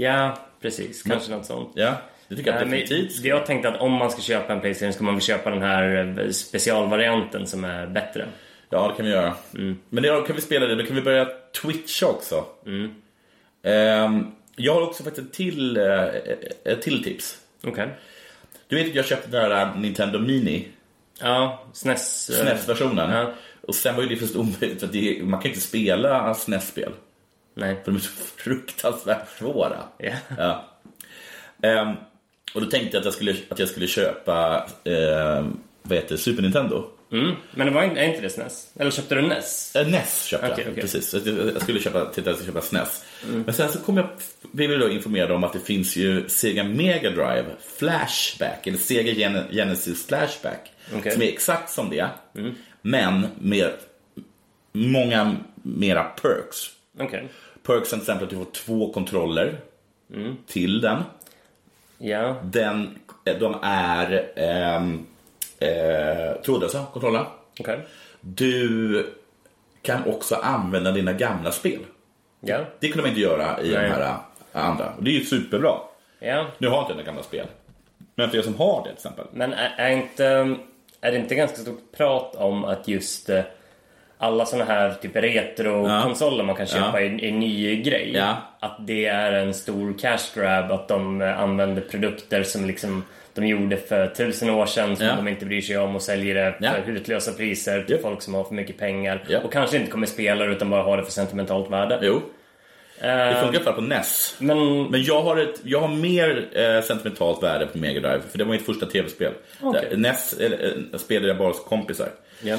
ja precis. Kanske något sånt.
Ja, det tycker jag
Nej, men
definitivt.
det jag tänkte att om man ska köpa en Playstation ska man väl köpa den här eh, specialvarianten som är bättre.
Ja, det kan vi göra. Mm. Men det kan vi spela det. Då kan vi börja twitcha också.
Mm.
Ehm, jag har också faktiskt ett till, eh, ett till tips.
Okej.
Du vet att jag köpte den här Nintendo Mini,
Ja, SNES. eh,
SNES-versionen.
Ja.
Och sen var ju det först omöjligt, för att det, man kan inte spela SNES-spel.
Nej.
För de är så fruktansvärt svåra.
Ja.
Ja. Ehm, och då tänkte jag att jag skulle, att jag skulle köpa ehm, vad heter det, Super Nintendo.
Men det var inte, är inte det SNES? Eller köpte du E NES?
Eh, NES köpte
Okej, Mm.
jag,
okej.
precis. Så att Jag jag skulle köpa, titta, jag skulle köpa SNES. Men sen så kom jag, vi blev då informerade om att det finns ju Sega Mega Drive Flashback, eller Sega Gen- Genesis Flashback,
Okej. Mm.
som är exakt som det, men med många mera perks.
Okej.
Perksen till exempel att du får två kontroller
Mm.
till den.
Ja.
den eh, de är ehm, eh, trådlösa kontroller.
Okej.
Du kan också använda dina gamla spel.
Ja.
Det kunde man inte göra i
Nej.
de här eh, andra. Och det är ju superbra.
Ja.
Nu har inte jag några gamla spel. Men för er som har det till exempel.
Men är, är, inte, är det inte ganska stort prat om att just eh, alla såna här typ retro-konsoler man kan köpa i, i ny grej.
Ja.
Att det är en stor cash grab, att de eh, använder produkter som liksom de gjorde för tusen år sedan som
Ja.
de inte bryr sig om och säljer det
Ja.
för utlösa priser till
Japp.
folk som har för mycket pengar
Ja.
och kanske inte kommer spela det, utan bara har det för sentimentalt värde.
Jo. Det funkar i alla fall på NES.
Eh, Men
Men jag har, ett, jag har mer eh, sentimentalt värde på Mega Drive, för det var mitt första tv-spel.
Okej.
Där- NES eh, eh, spelade jag bara hos kompisar.
Ja.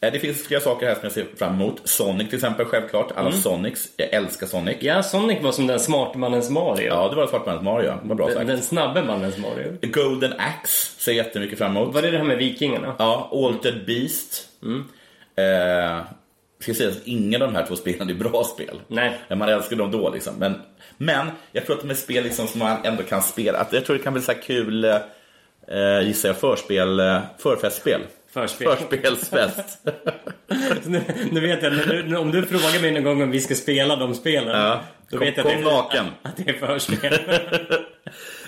Eh, Det finns flera saker här som jag ser fram emot. Sonic till exempel, självklart. Alla Sonics. Jag älskar Sonic.
Mm. ja, Sonic var som den smarte mannens Mario.
Ja, det var Svartmannens Mario. Vad bra
den,
sagt.
den snabbe mannens Mario.
Golden Axe ser jag jättemycket fram emot.
Var det Mm. det här med vikingarna?
Ja, Altered Beast. Eh, ska säga att ingen av de här två spelen är bra spel.
Nej.
Men Man älskar dem då liksom. Men, men jag tror att de är spel liksom som man ändå kan spela. Att jag tror det kan bli så här kul, eh, gissar jag, förspel, eh, förfestspel.
Förspel.
Förspelsfest.
Nu, nu vet jag, när du, om du frågar mig någon gång om vi ska spela de spelen.
Ja.
Då
Kom-
vet jag
kom
att, det,
naken.
att det är förspel.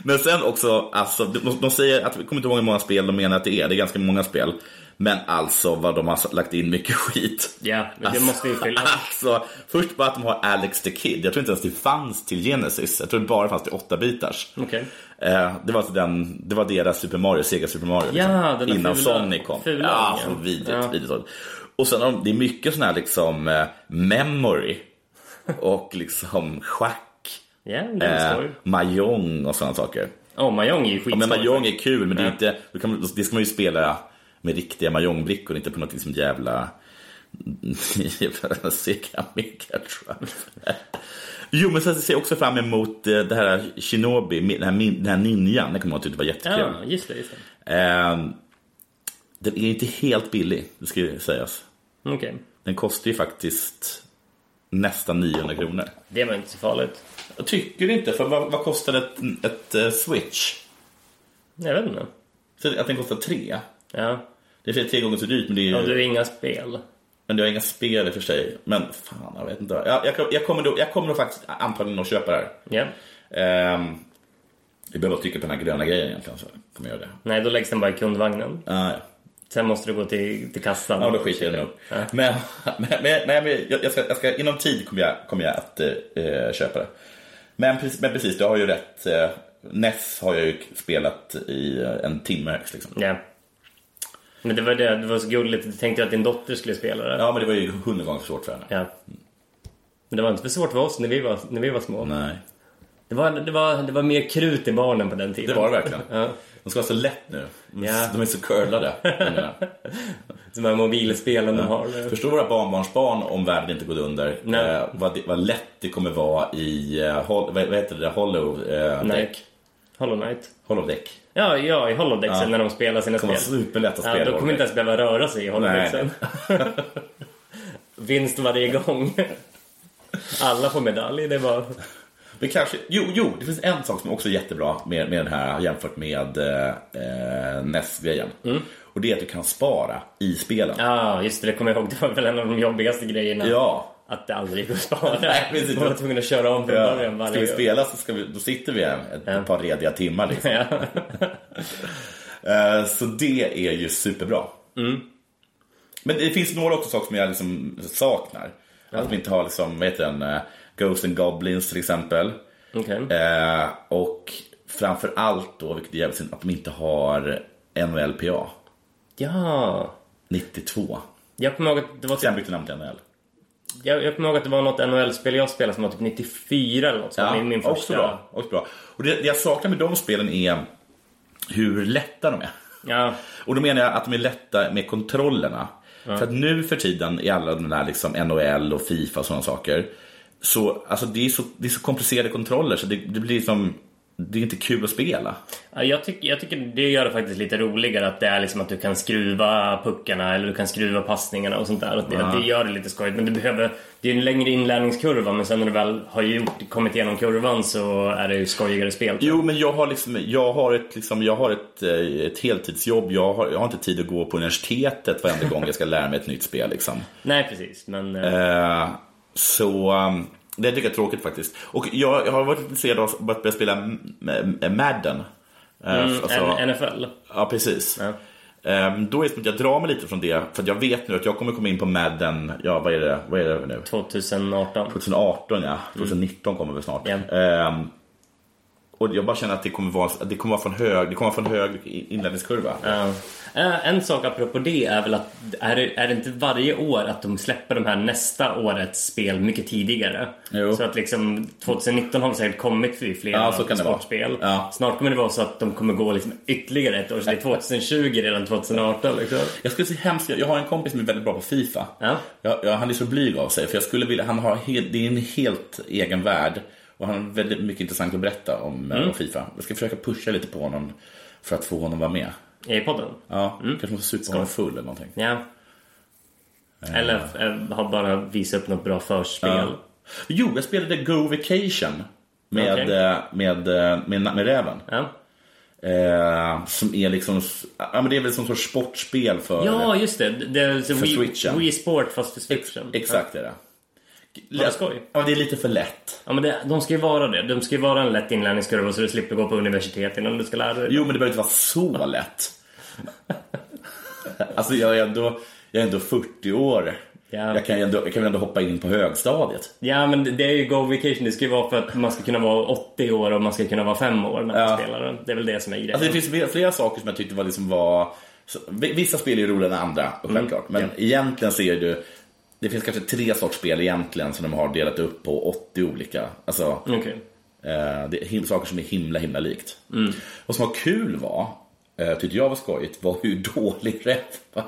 Men sen också, alltså, de, de säger att, jag kommer inte ihåg hur många spel de menar att det är, det är ganska många spel. Men alltså vad de har lagt in mycket skit.
Ja, men det måste ju fyllas.
Alltså, först bara att de har Alex the Kid. Jag tror inte ens det fanns till Genesis. Jag tror det bara fanns till 8-bitars.
Okej.
Eh, det, var alltså den, det var deras Super Mario, Sega Super Mario. liksom,
Ja, den där
innan
fula-
Sonic kom.
fula,
ja,
ja.
så vidrigt.
Ja.
vidrigt. Och sen har de, det är mycket sån här liksom eh, memory och liksom schack.
Ja, det är
Eh,
skoj.
Mahjong och sådana saker.
Åh, Mahjong är ju
Ja, men
skitskoj.
Mahjong är kul, men det, är inte, då kan, man- det ska man ju spela med riktiga Mahjongbrickor, inte på något som jävla... jävla Sega Mega Drive. Jo, men sen ser jag också fram emot eh, det här Shinobi, den här, min- den här ninjan. Den kommer jag tycka var jättekul.
Ja, just det. Just det.
Ehm, den är inte helt billig, det ska ju sägas.
Okej.
Den kostar ju faktiskt nästan 900 kronor.
Det var inte så farligt.
Jag tycker inte, för vad, vad kostar ett, ett eh, Switch?
Jag vet inte.
Så att den kostar tre?
Ja.
Det är för tre gånger så dyrt, men det är ju...
Och du är inga spel.
Men det har inga spel i och för sig. Men fan, jag vet inte. Jag, jag, jag, kommer, då, jag kommer då faktiskt antagligen att köpa det här.
Ja.
Ehm, jag behöver bara trycka på den här gröna grejen egentligen, så kommer jag göra det.
Nej, då läggs den bara i kundvagnen.
Ah, ja.
Sen måste du gå till, till kassan.
ja, då skiter jag i det nog. Men, men, men, nej, men jag, jag ska, jag ska, inom tid kommer jag, kommer jag att eh, köpa det. Men, precis- men precis, du har ju rätt. Eh, Ness har jag ju spelat i eh, en timme högst. Liksom.
Ja. Men det var det, det var så gulligt. Du tänkte ju att din dotter skulle spela det.
Ja, men det var ju hundra gånger för svårt för henne.
Ja. Men det var inte för svårt för oss när vi var, när vi var små.
Nej,
Det var, det, var, det var mer krut i barnen på den tiden.
det var det verkligen.
Ja.
De ska vara så lätt nu. De är-
Ja.
De är så curlade. jag menar.
De här mobilspelen de har. eh,
Förstå våra barnbarnsbarn om världen inte går under.
Nej.
Eh, vad, det, vad lätt det kommer vara i, eh, hol, vad, vad heter det, hollow, eh,
Nej.
deck.
Hollow Knight.
hollow deck.
Ja, ja i Hollow Deck sen när de spelar sina
Det kommer vara
spel.
superlätt att spela
Ja, de
hollow
kommer inte
deck.
ens behöva röra sig i Hollow
Nej.
Deck sen. Vinst varje gång. Alla får medalj. Det var
Men kanske, jo, jo, det finns en sak som också är jättebra med, med den här jämfört med eh, NES-grejen. Och det är att du kan spara i spelen.
Mm. Ja, just det. Det kommer jag ihåg. Det var väl en av de jobbigaste grejerna.
Ja.
Att det aldrig går att spara.
Nej, precis.
Man var tvungen att köra om från början
Ja. Ska
varje
vi
gång.
spela så ska vi, då sitter vi en, ett par rediga timmar. Liksom.
Ja.
Eh, Så det är ju superbra.
Mm.
Men det finns några också saker som jag liksom saknar. Att vi inte har liksom, vad heter den, eh, Ghosts and Goblins till exempel.
Okej.
Eh, och framför allt då, vilket är jävligt synd, att de inte har NHLPA
Ja.
92.
Jag kommer ihåg att det var typ
Sen bytte namn till NHL.
Jag, jag kommer ihåg att det var något NHL-spel jag spelade som var typ 94 eller något. Så min, min
också,
första...
bra, också bra. Och det, det jag saknar med de spelen är hur lätta de är.
Ja,
Och då menar jag att de är lätta med kontrollerna. För att nu för tiden i alla de här liksom NHL och Fifa och sådana saker. Så, alltså det, är så, det är så komplicerade kontroller så det, det blir liksom, det är inte kul att spela.
Ja, jag, tycker, jag tycker det gör det faktiskt lite roligare att det är liksom att du kan skruva puckarna eller du kan skruva passningarna och sånt där. Att det, det gör det lite skojigt. Men du behöver, det är en längre inlärningskurva men sen när du väl har gjort, kommit igenom kurvan så är det ju skojigare spel.
Jo, men jag har, liksom, jag har, ett, liksom, jag har ett, eh, ett heltidsjobb. Jag har, jag har inte tid att gå på universitetet varenda gång jag ska lära mig ett nytt spel. Liksom.
Nej precis, men... eh,
Eh, Så um, det tycker jag är tråkigt faktiskt. Och jag, jag har varit intresserad av att börja spela M- M- Madden. Eh, alltså-
N- NFL.
Ja, precis. Ehm, Då är det som att jag drar mig lite från det, för att jag vet nu att jag kommer komma in på Madden, ja vad är det, vad är det nu?
2018.
2018
Mm.
ja, 2019 kommer väl snart.
Ja.
Ehm, och jag bara känner att det kommer vara, att det kommer vara från hög, det kommer vara från hög i- inledningskurva.
Ja. Eh, En sak apropå det är väl att är det, är det inte varje år att de släpper de här nästa årets spel mycket tidigare?
Jo.
Så att liksom 2019 har det säkert kommit för fler
Ja, så kan det vara.
sportspel.
Ja.
Snart kommer det vara så att de kommer gå liksom ytterligare ett år. Så det är 2020 redan 2018 liksom.
Jag skulle säga hemskt, jag har en kompis som är väldigt bra på FIFA.
Ja.
Jag, jag, han är så blyg av sig, för jag skulle vilja, han har helt, det är en helt egen värld. Och han har väldigt mycket intressant att berätta om,
Mm.
eh, om FIFA. Jag ska försöka pusha lite på honom för att få honom att vara med.
I podden.
Ja,
Mm.
kanske måste supa honom full eller någonting.
Ja. Eller eh, har bara visat upp något bra förspel.
Jo, jag spelade Go Vacation med,
Okej.
eh, med, eh, med, med, med räven.
Ja.
Eh, som är liksom, ja men det är väl som sorts sportspel för...
ja, just det. Det är så
För
Wii,
Switchen.
Wii Sport fast för switchen.
Exakt är det.
Vad skoj.
Ja, det är lite för lätt.
Ja, men det, de ska ju vara det. De ska ju vara en lätt inlärningskurva så du slipper gå på universitet innan du ska lära dig.
Jo, men det behöver inte vara så lätt. alltså, jag är ändå, jag är ändå 40 år.
Ja.
Jag, kan ju ändå, jag kan väl ändå hoppa in på högstadiet.
Ja, men det- det är ju Go Vacation. Det ska ju vara för att man ska kunna vara 80 år och man ska kunna vara 5 år när man
Ja.
spelar den. Det är väl det som är grejen.
Alltså, det finns flera- flera saker som jag tyckte var... Liksom var så- v- vissa spel är ju roligare än andra, och
Mm,
självklart. Men egentligen så är det ju... Det finns kanske tre sorts spel egentligen som de har delat upp på 80 olika. Alltså,
Okej. Mm.
eh, det är him- saker som är himla, himla likt. Och som var kul var, eh, tyckte jag var skojigt, var hur dålig rätt var.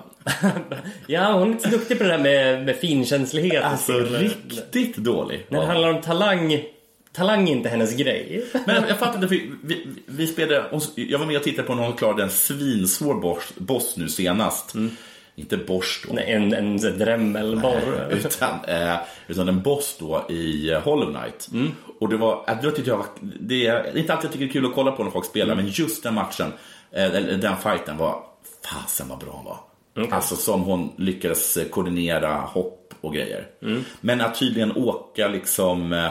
Ja, hon är inte så duktig på det där med, med finkänslighet.
Alltså
Eller-
riktigt dålig.
När det
Ja.
handlar om talang, talang är inte hennes grej.
Men jag fattar inte, för vi, vi, vi spelade, och så- jag var med och tittade på när hon klarade en svinsvår boss, boss nu senast.
Mm.
Inte boss då,
Nej, en, en sån här drämmelborr.
utan, eh, utan en boss då i eh, Hollow Knight.
Mm.
Och det var, äh, då tyckte jag var, det är inte alltid jag tycker det är kul att kolla på när folk
Mm.
spelar, men just den matchen, eh, eller den fighten var, fasen vad bra hon var.
Mm.
Alltså som hon lyckades eh, koordinera hopp och grejer.
Mm.
Men att tydligen åka liksom eh,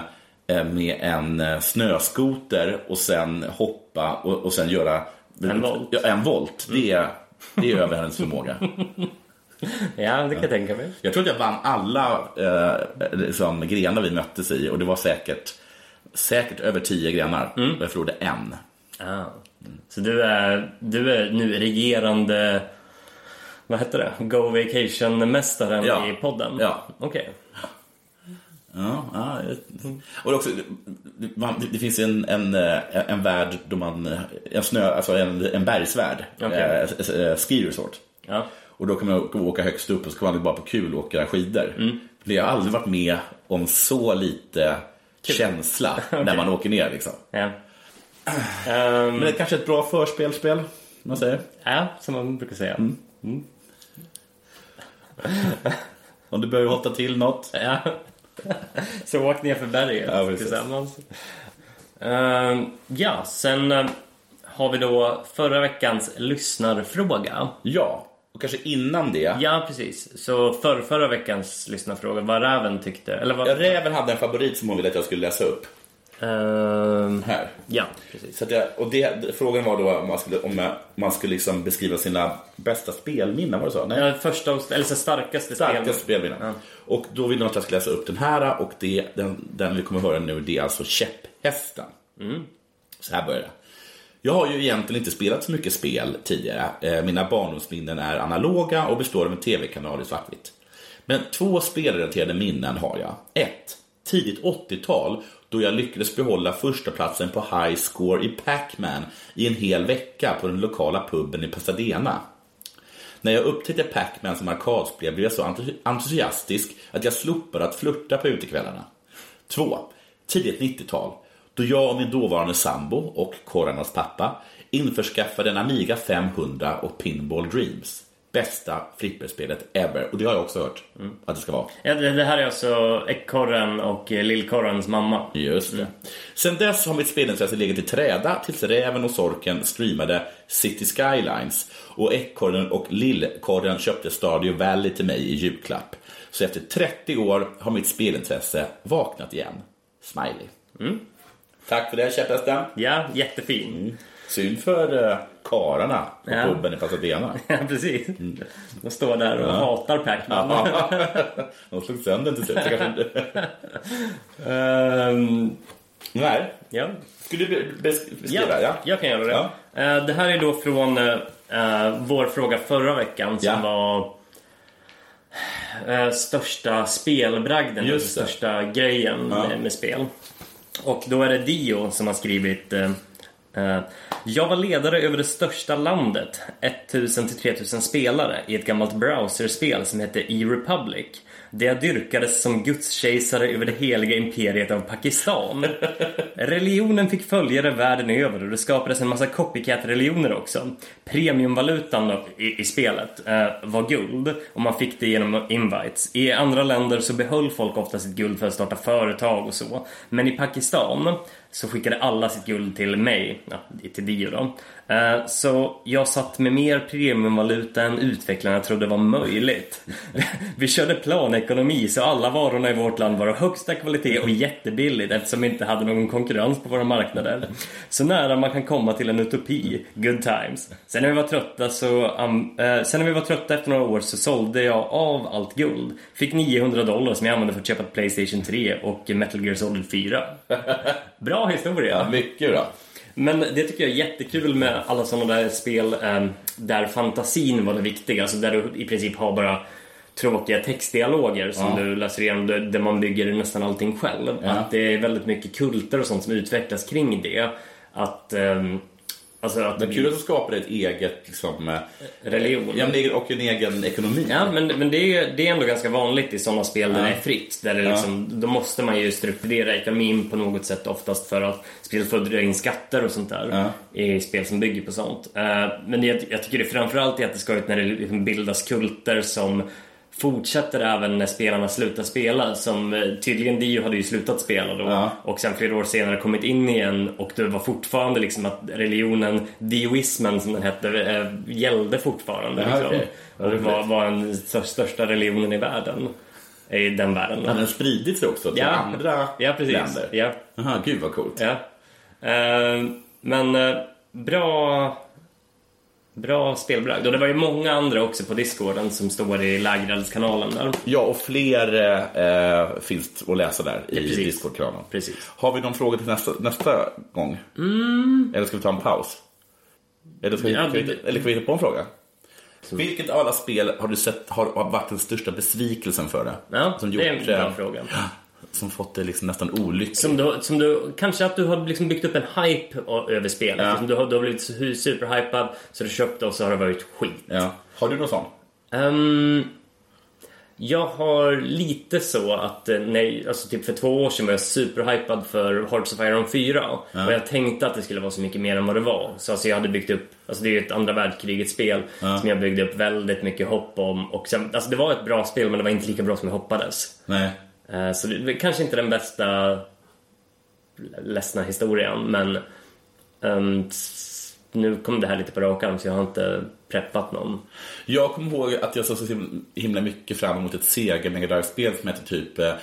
eh, med en eh, snöskoter och sen hoppa och, och sen göra
En volt.
Ja, en volt. Det, är, det är över hennes förmåga.
Ja, det kan jag tänka mig.
Jag trodde jag vann alla eh, liksom, grenar vi möttes i och det var säkert, säkert över tio grenar. Och jag förlorade en.
Ah. Så du är, du är nu regerande, vad heter det, Go Vacation-mästaren
Ja.
i podden?
Ja.
Okej.
Ja, ja, jag- och det också, man, det- det finns en, en, eh, en värld då man, en, snö, alltså en, en bergsvärld,
Okej.
eh, s- eh, ski resort.
Ja.
Och då kan man åka- åka högst upp och så kan man bara på kul åka skidor. För jag har aldrig varit med om så lite känsla när man åker ner. Liksom.
Ja. Ehm,
Men det är kanske ett bra förspelspel, om man säger.
ja, som man brukar säga.
Mm. Om du behöver hotta till något.
Ja. Så åk ner för berget
Ja, precis.
tillsammans. Eh, ja, sen eh, har vi då förra veckans lyssnarfråga.
Ja, och kanske innan det.
Ja, precis. Så för förra veckans lyssnarfråga, vad räven tyckte... Eller vad...
Räven hade en favorit som hon ville att jag skulle läsa upp.
Ehm,
Här.
ja, precis.
Så att jag, och det, frågan var då om man skulle, om jag, man skulle liksom beskriva sina bästa spelminnen, var det så? Nej,
Eh, Första, och- eller så starkaste
starkaste
spelen.
spelminnen. Och då vill de att jag ska läsa upp den här och det, den, den vi kommer höra nu det är alltså käpphästen. Så här börjar det. Jag har ju egentligen inte spelat så mycket spel tidigare. Eh, Mina barndomsminnen är analoga och består av en tv-kanal i svartvitt. Men två spelrelaterade minnen har jag. Ett, Tidigt 80-tal då jag lyckades behålla första platsen på High Score i Pac-Man i en hel vecka på den lokala puben i Pasadena. När jag upptäckte Pac-Man som arkadspel blev jag så entusi- entusiastisk att jag slopade att flirta på utekvällarna. 2. Tidigt 90-tal, då jag och min dåvarande sambo och Koranas pappa införskaffade en Amiga 500 och Pinball Dreams. Bästa flipperspelet ever. Och det har jag också hört att det ska vara.
Ja, det, det här är alltså ekorren och eh, lillkorrens mamma.
Just det. Mm. Sen dess har mitt spelintresse legat i träda tills Räven och Sorken streamade City Skylines och Ekorren och Lillkorren köpte Stadio Valley till mig i julklapp. Så efter 30 år har mitt spelintresse vaknat igen. Smiley. Mm. Tack för det käpphästen.
Ja, jättefin.
Mm. Synd för uh, kararna på
Ja.
puben i Pasadena.
Ja, precis.
Mm.
De står där och hatar Pac-Man.
De slog sönder den till slut. Det kanske inte-
Ehm,
Nej.
ja.
Skulle du be- besk-
Ja,
beskriva? Ja.
jag kan göra det.
Ja.
Eh, det här är då från eh, vår fråga förra veckan som
Ja.
var eh, största spelbragden, den
Just det.
största grejen med, med spel. Och då är det Dio som har skrivit eh, eh, Jag var ledare över det största landet, 1000-3000 spelare, i ett gammalt browserspel som hette E-Republic. Det jag dyrkades som gudskejsare över det heliga imperiet av Pakistan. Religionen fick följare världen över och det skapades en massa copycat-religioner också. Premiumvalutan då, i, i spelet eh, var guld och man fick det genom invites. I andra länder så behöll folk ofta sitt guld för att starta företag och så. Men i Pakistan så skickade alla sitt guld till mig, ja, till Dio då. Eh, så jag satt med mer premiumvaluta än utvecklarna trodde var möjligt. Vi körde planekonomi så alla varorna i vårt land var av högsta kvalitet och jättebilligt eftersom vi inte hade någon konkurrens på våra marknader. Så nära man kan komma till en utopi, good times. Sen när vi var trötta så, am- eh, sen när vi var trötta efter några år så sålde jag av allt guld. Fick 900 dollar som jag använde för att köpa ett Playstation 3 och Metal Gear Solid 4. Bra historia!
Ja, mycket bra.
Men det tycker jag är jättekul med alla sådana där spel eh, där fantasin var det viktiga. Alltså där du i princip har bara tråkiga textdialoger som du läser igenom där där man bygger nästan allting själv. Att det är väldigt mycket kulter och sånt som utvecklas kring det. Att, ehm, alltså att det
Men kul
blir
att du skapade ett eget liksom, eh,
religion.
Ja, men egen- och en egen ekonomi.
Ja, men, men det, är, det är ändå ganska vanligt i sådana spel där det är fritt. Där det liksom, Då måste man ju strukturera ekonomin på något sätt oftast för att speciellt för att dra in skatter och sånt där i spel som bygger på sånt. Eh, Men jag, jag tycker det framförallt är att det ska ut när det liksom bildas kulter som fortsätter även när spelarna slutar spela. Som eh, tydligen Dio hade ju slutat spela då och sen flera år senare kommit in igen och det var fortfarande liksom att religionen, dioismen som den hette, eh, gällde fortfarande.
Ja,
liksom.
okej. Ja,
Och
roligt.
var, var den stör- största religionen i världen. I den världen.
Den har spridit sig också till
Ja.
andra
ja, precis.
länder.
Ja,
Aha, gud vad coolt.
ja. Eh, men eh, bra... Bra spelbragd. Och det var ju många andra också på discorden som står i lägereldskanalen där.
Ja, och fler eh, finns att läsa där i
precis.
Discord-kanalen.
Precis.
Har vi någon fråga till nästa, nästa gång? Eller ska vi ta en paus? Eller ska vi,
Mm. Ja,
kan vi,
det-
eller kan vi hitta på en fråga? Vilket av alla spel har du sett har, har varit den största besvikelsen för dig?
Ja, det är en bra
eh,
fråga.
Som fått dig liksom nästan olycklig?
Som du, som du, kanske att du har liksom byggt upp en hype o- över spelet.
Ja.
Som du, har, du har blivit så- superhypad så du köpte och så har det varit skit.
Ja. Har du någon sån?
Ehm, jag har lite så att, eh, nej, alltså typ för två år sedan var jag superhypad för Hearts of Iron 4. Och jag tänkte att det skulle vara så mycket mer än vad det var. Så alltså jag hade byggt upp, alltså det är ju ett andra världskrigets spel som jag byggde upp väldigt mycket hopp om. Och sen, alltså det var ett bra spel men det var inte lika bra som jag hoppades.
Nej.
Eh, Så det är kanske inte den bästa ledsna historien. Men ehm, s- nu kom det här lite på rak arm så jag har inte preppat någon.
Jag kommer ihåg att jag såg så himla- himla mycket fram emot ett Sega Mega Drive-spel som hette typ... eh,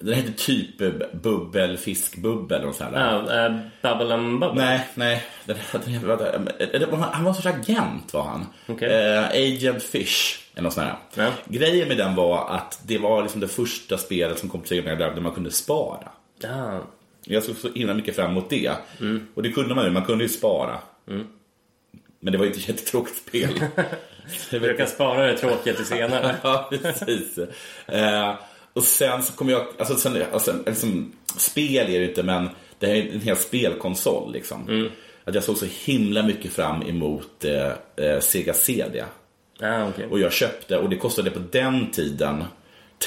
Den hette typ eh, Bubbel, Fiskbubbel eller något sånt här.
Uh, uh, Bubble and Bubble?
Nej, nej. Den, den, den, den, den, han var en sorts agent var han.
Okej.
Eh, Agent Fish eller något sånt där.
Ja.
Grejen med den var att det var liksom det första spelet som kom till Sega Mega Drive där man kunde spara.
Ah,
Jag såg så himla mycket fram emot det.
Mm.
Och det kunde man ju, man kunde ju spara. Men det var ju inte ett jättetråkigt spel. Det
du kan spara det tråkiga till senare.
ja, precis. Eh, och sen så kommer jag... Alltså, sen, alltså, liksom, spel är det inte, men det här är en hel spelkonsol. Liksom.
Mm.
Att jag såg så himla mycket fram emot eh, eh, Sega CD.
Ah, okej.
Och jag köpte, och det kostade på den tiden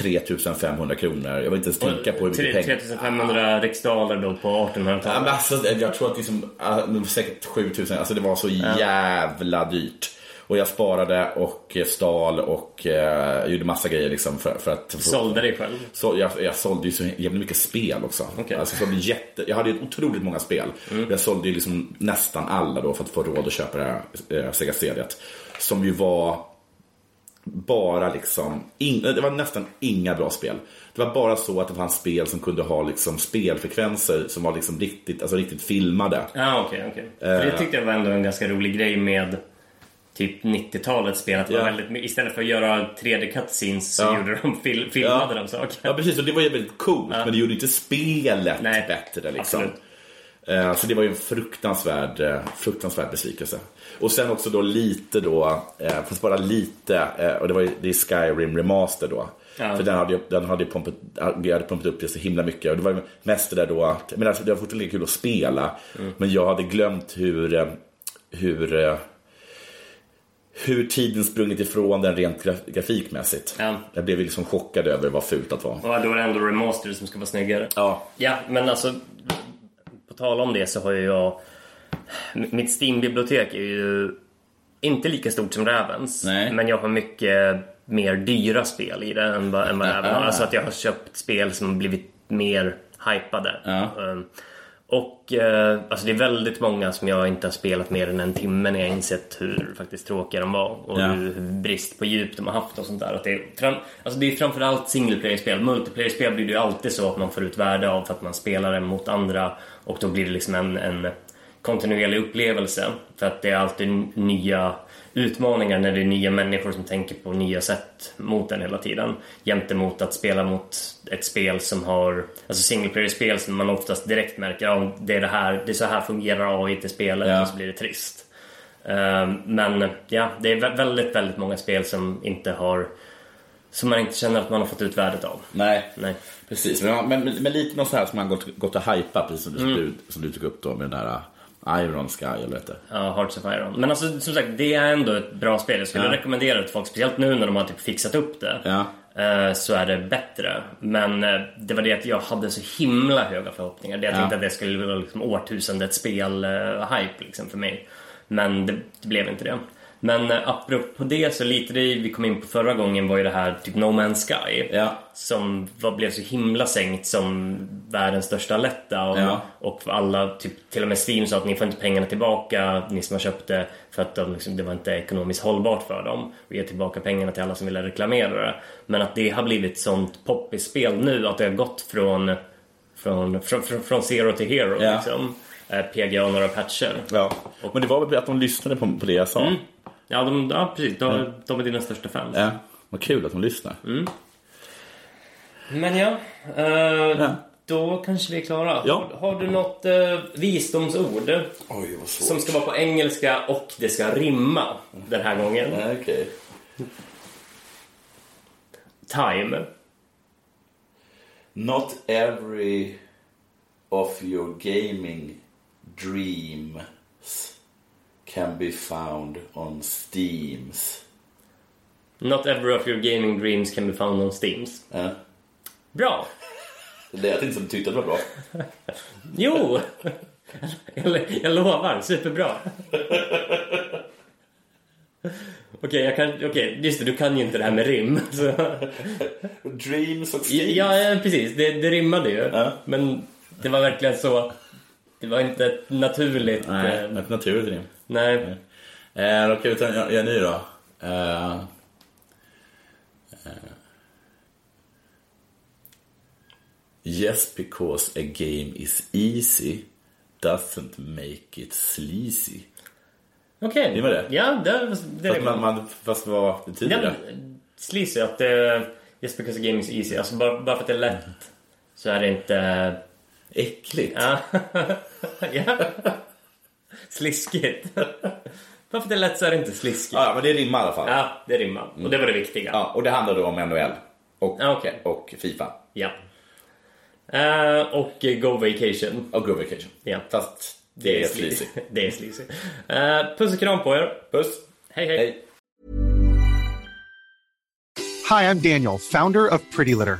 3500 kronor. Jag vill inte ens tänka på hur mycket
Tre-
pengar...
3500 riksdaler då på
Ja, Ah. men
1800-talet.
alltså, jag tror att liksom, äh, men säkert 7000, alltså det var så jävla dyrt. Och jag sparade och eh, stal och eh, gjorde massa grejer liksom för, för att...
Sålde dig själv.
Så jag, jag sålde ju så jävla mycket spel också.
Okej.
Alltså, jag, sålde jätte, jag hade ju otroligt många spel. Jag sålde ju liksom nästan alla då för att få råd att köpa det här eh, Sega cd Som ju var bara liksom, in, det var nästan inga bra spel. Det var bara så att det fanns spel som kunde ha liksom spelfrekvenser som var liksom riktigt, alltså riktigt filmade.
Ja, ah, okej. okej.
Eh.
För Det tyckte jag var ändå en ganska rolig grej med typ 90-talets spel. Att det var
Ja.
väldigt, my- istället för att göra 3D cutscenes så
Ja.
gjorde de fil, filmade de saker.
Ja precis, och det var ju väldigt coolt men det gjorde inte spelet
Nej,
bättre. Liksom.
absolut.
Eh, Så det var ju en fruktansvärd, eh, fruktansvärd besvikelse. Och sen också då lite då, eh, fast bara lite, eh, och det var ju det är Skyrim Remaster då.
Ja.
För den hade, ju- den hade ju pumpat, eh, jag hade pumpat upp det så himla mycket. Och det var ju mest det där då att, men alltså, det var fortfarande lika kul att spela.
Mm.
Men jag hade glömt hur, eh, hur, eh, hur tiden sprungit ifrån den rent graf- grafikmässigt.
Ja.
Jag blev ju liksom chockad över vad fult att vara.
Och då är det ändå remaster som ska vara snyggare.
Ja.
Ja, men alltså på tal om det så har ju jag... Mitt Steam-bibliotek är ju inte lika stort som Rävens.
Nej.
Men jag har mycket mer dyra spel i det än vad, än vad Räven har. Alltså att jag har köpt spel som blivit mer hypade.
Ja.
Ehm, Och eh, alltså det är väldigt många som jag inte har spelat mer än en timme när jag insett hur faktiskt tråkiga de var och
Ja.
hur brist på djup de har haft och sånt där. Att det, är fram, alltså det är framförallt single player-spel. Multiplayer-spel blir det ju alltid så att man får ut värde av för att man spelar det mot andra och då blir det liksom en, en kontinuerlig upplevelse. För att det är alltid n- nya utmaningar när det är nya människor som tänker på nya sätt mot en hela tiden. Jämte mot att spela mot ett spel som har, alltså single player-spel som man oftast direkt märker, ja det är det här, det är så här fungerar AI till spelet
Ja.
och så blir det trist. Eh, Men ja, det är vä- väldigt, väldigt många spel som inte har som man inte känner att man har fått ut värdet av.
Nej.
Nej.
Precis, men, men, men lite något så här som man gått, gått och hajpat, precis som du,
Mm.
du, som du tog upp då med den där uh, Iron Sky eller vad det heter.
Ja, Hearts of Iron. Men alltså, som sagt, det är ändå ett bra spel. Jag skulle
Ja.
rekommendera det till folk, speciellt nu när de har typ fixat upp det.
Ja.
eh, Så är det bättre. Men eh, det var det att jag hade så himla höga förhoppningar. Det Jag tänkte att det skulle vara liksom årtusendets spel-hype liksom för mig. Men det, det blev inte det. Men eh, apropå det så lite det vi kom in på förra gången var ju det här typ No Man's Sky.
Ja.
Som var, blev så himla sänkt som världens största lätta. Och,
Ja.
och alla, typ, till och med Steam sa att ni får inte pengarna tillbaka, ni som har köpt det, för att de, liksom, det var inte ekonomiskt hållbart för dem. Och ge tillbaka pengarna till alla som ville reklamera det. Men att det har blivit sånt poppisspel nu, att det har gått från, från, från, från, från zero till hero.
Ja.
Liksom. Eh, PGA och några patcher.
Ja. Men det var väl att de lyssnade på, på det jag sa.
Mm. Ja, de, ja precis. De, de är dina största fans.
Ja. Vad kul att de lyssnar.
Men ja, eh, då kanske vi är klara.
Ja.
Har du något eh, visdomsord som ska vara på engelska och det ska rimma den här gången?
Okej.
Time.
Not every of your gaming dreams can be found on Steams.
Not every of your gaming dreams can be found on Steams.
Ja.
Bra!
Eh? Det lät inte som du tyckte det var bra.
Jo! jag, jag lovar, superbra. Okej, jag kan... Okej, just det, du kan ju inte det här med rim. Så.
Dreams och Steams.
Ja, ja, precis. Det, det rimmade ju. Men Det var verkligen så. Det var inte ett naturligt.
Nej,
eh,
ett naturligt rim.
nej.
Eh, då kan vi ta en, en ny då. Eh, eh. Yes, because a game is easy doesn't make it sleazy.
Okej.
Det var det.
Ja, det, det,
För att man, man, fast vad betyder
Ja,
det?
men, sleazy, att det... Just because the game is easy. Alltså bara, bara för att det är lätt
Mm.
så är det inte...
Äckligt.
Ja. ja. Sliskigt. bara för att det är lätt så är det inte sliskigt.
Ja, ja, men det rimmar i alla fall.
Ja, det rimmar. Och det var det viktiga.
Ja, och det handlar då om NHL och,
Ja, okej.
och Fifa
Ja. Eh, och eh, Go Vacation.
och Go Vacation.
Ja.
Fast det är sleazy.
det är sleazy. Eh, puss och kram på er.
Puss!
Hej, hej.
Hej.
Hi, I'm Daniel, founder of Pretty Litter.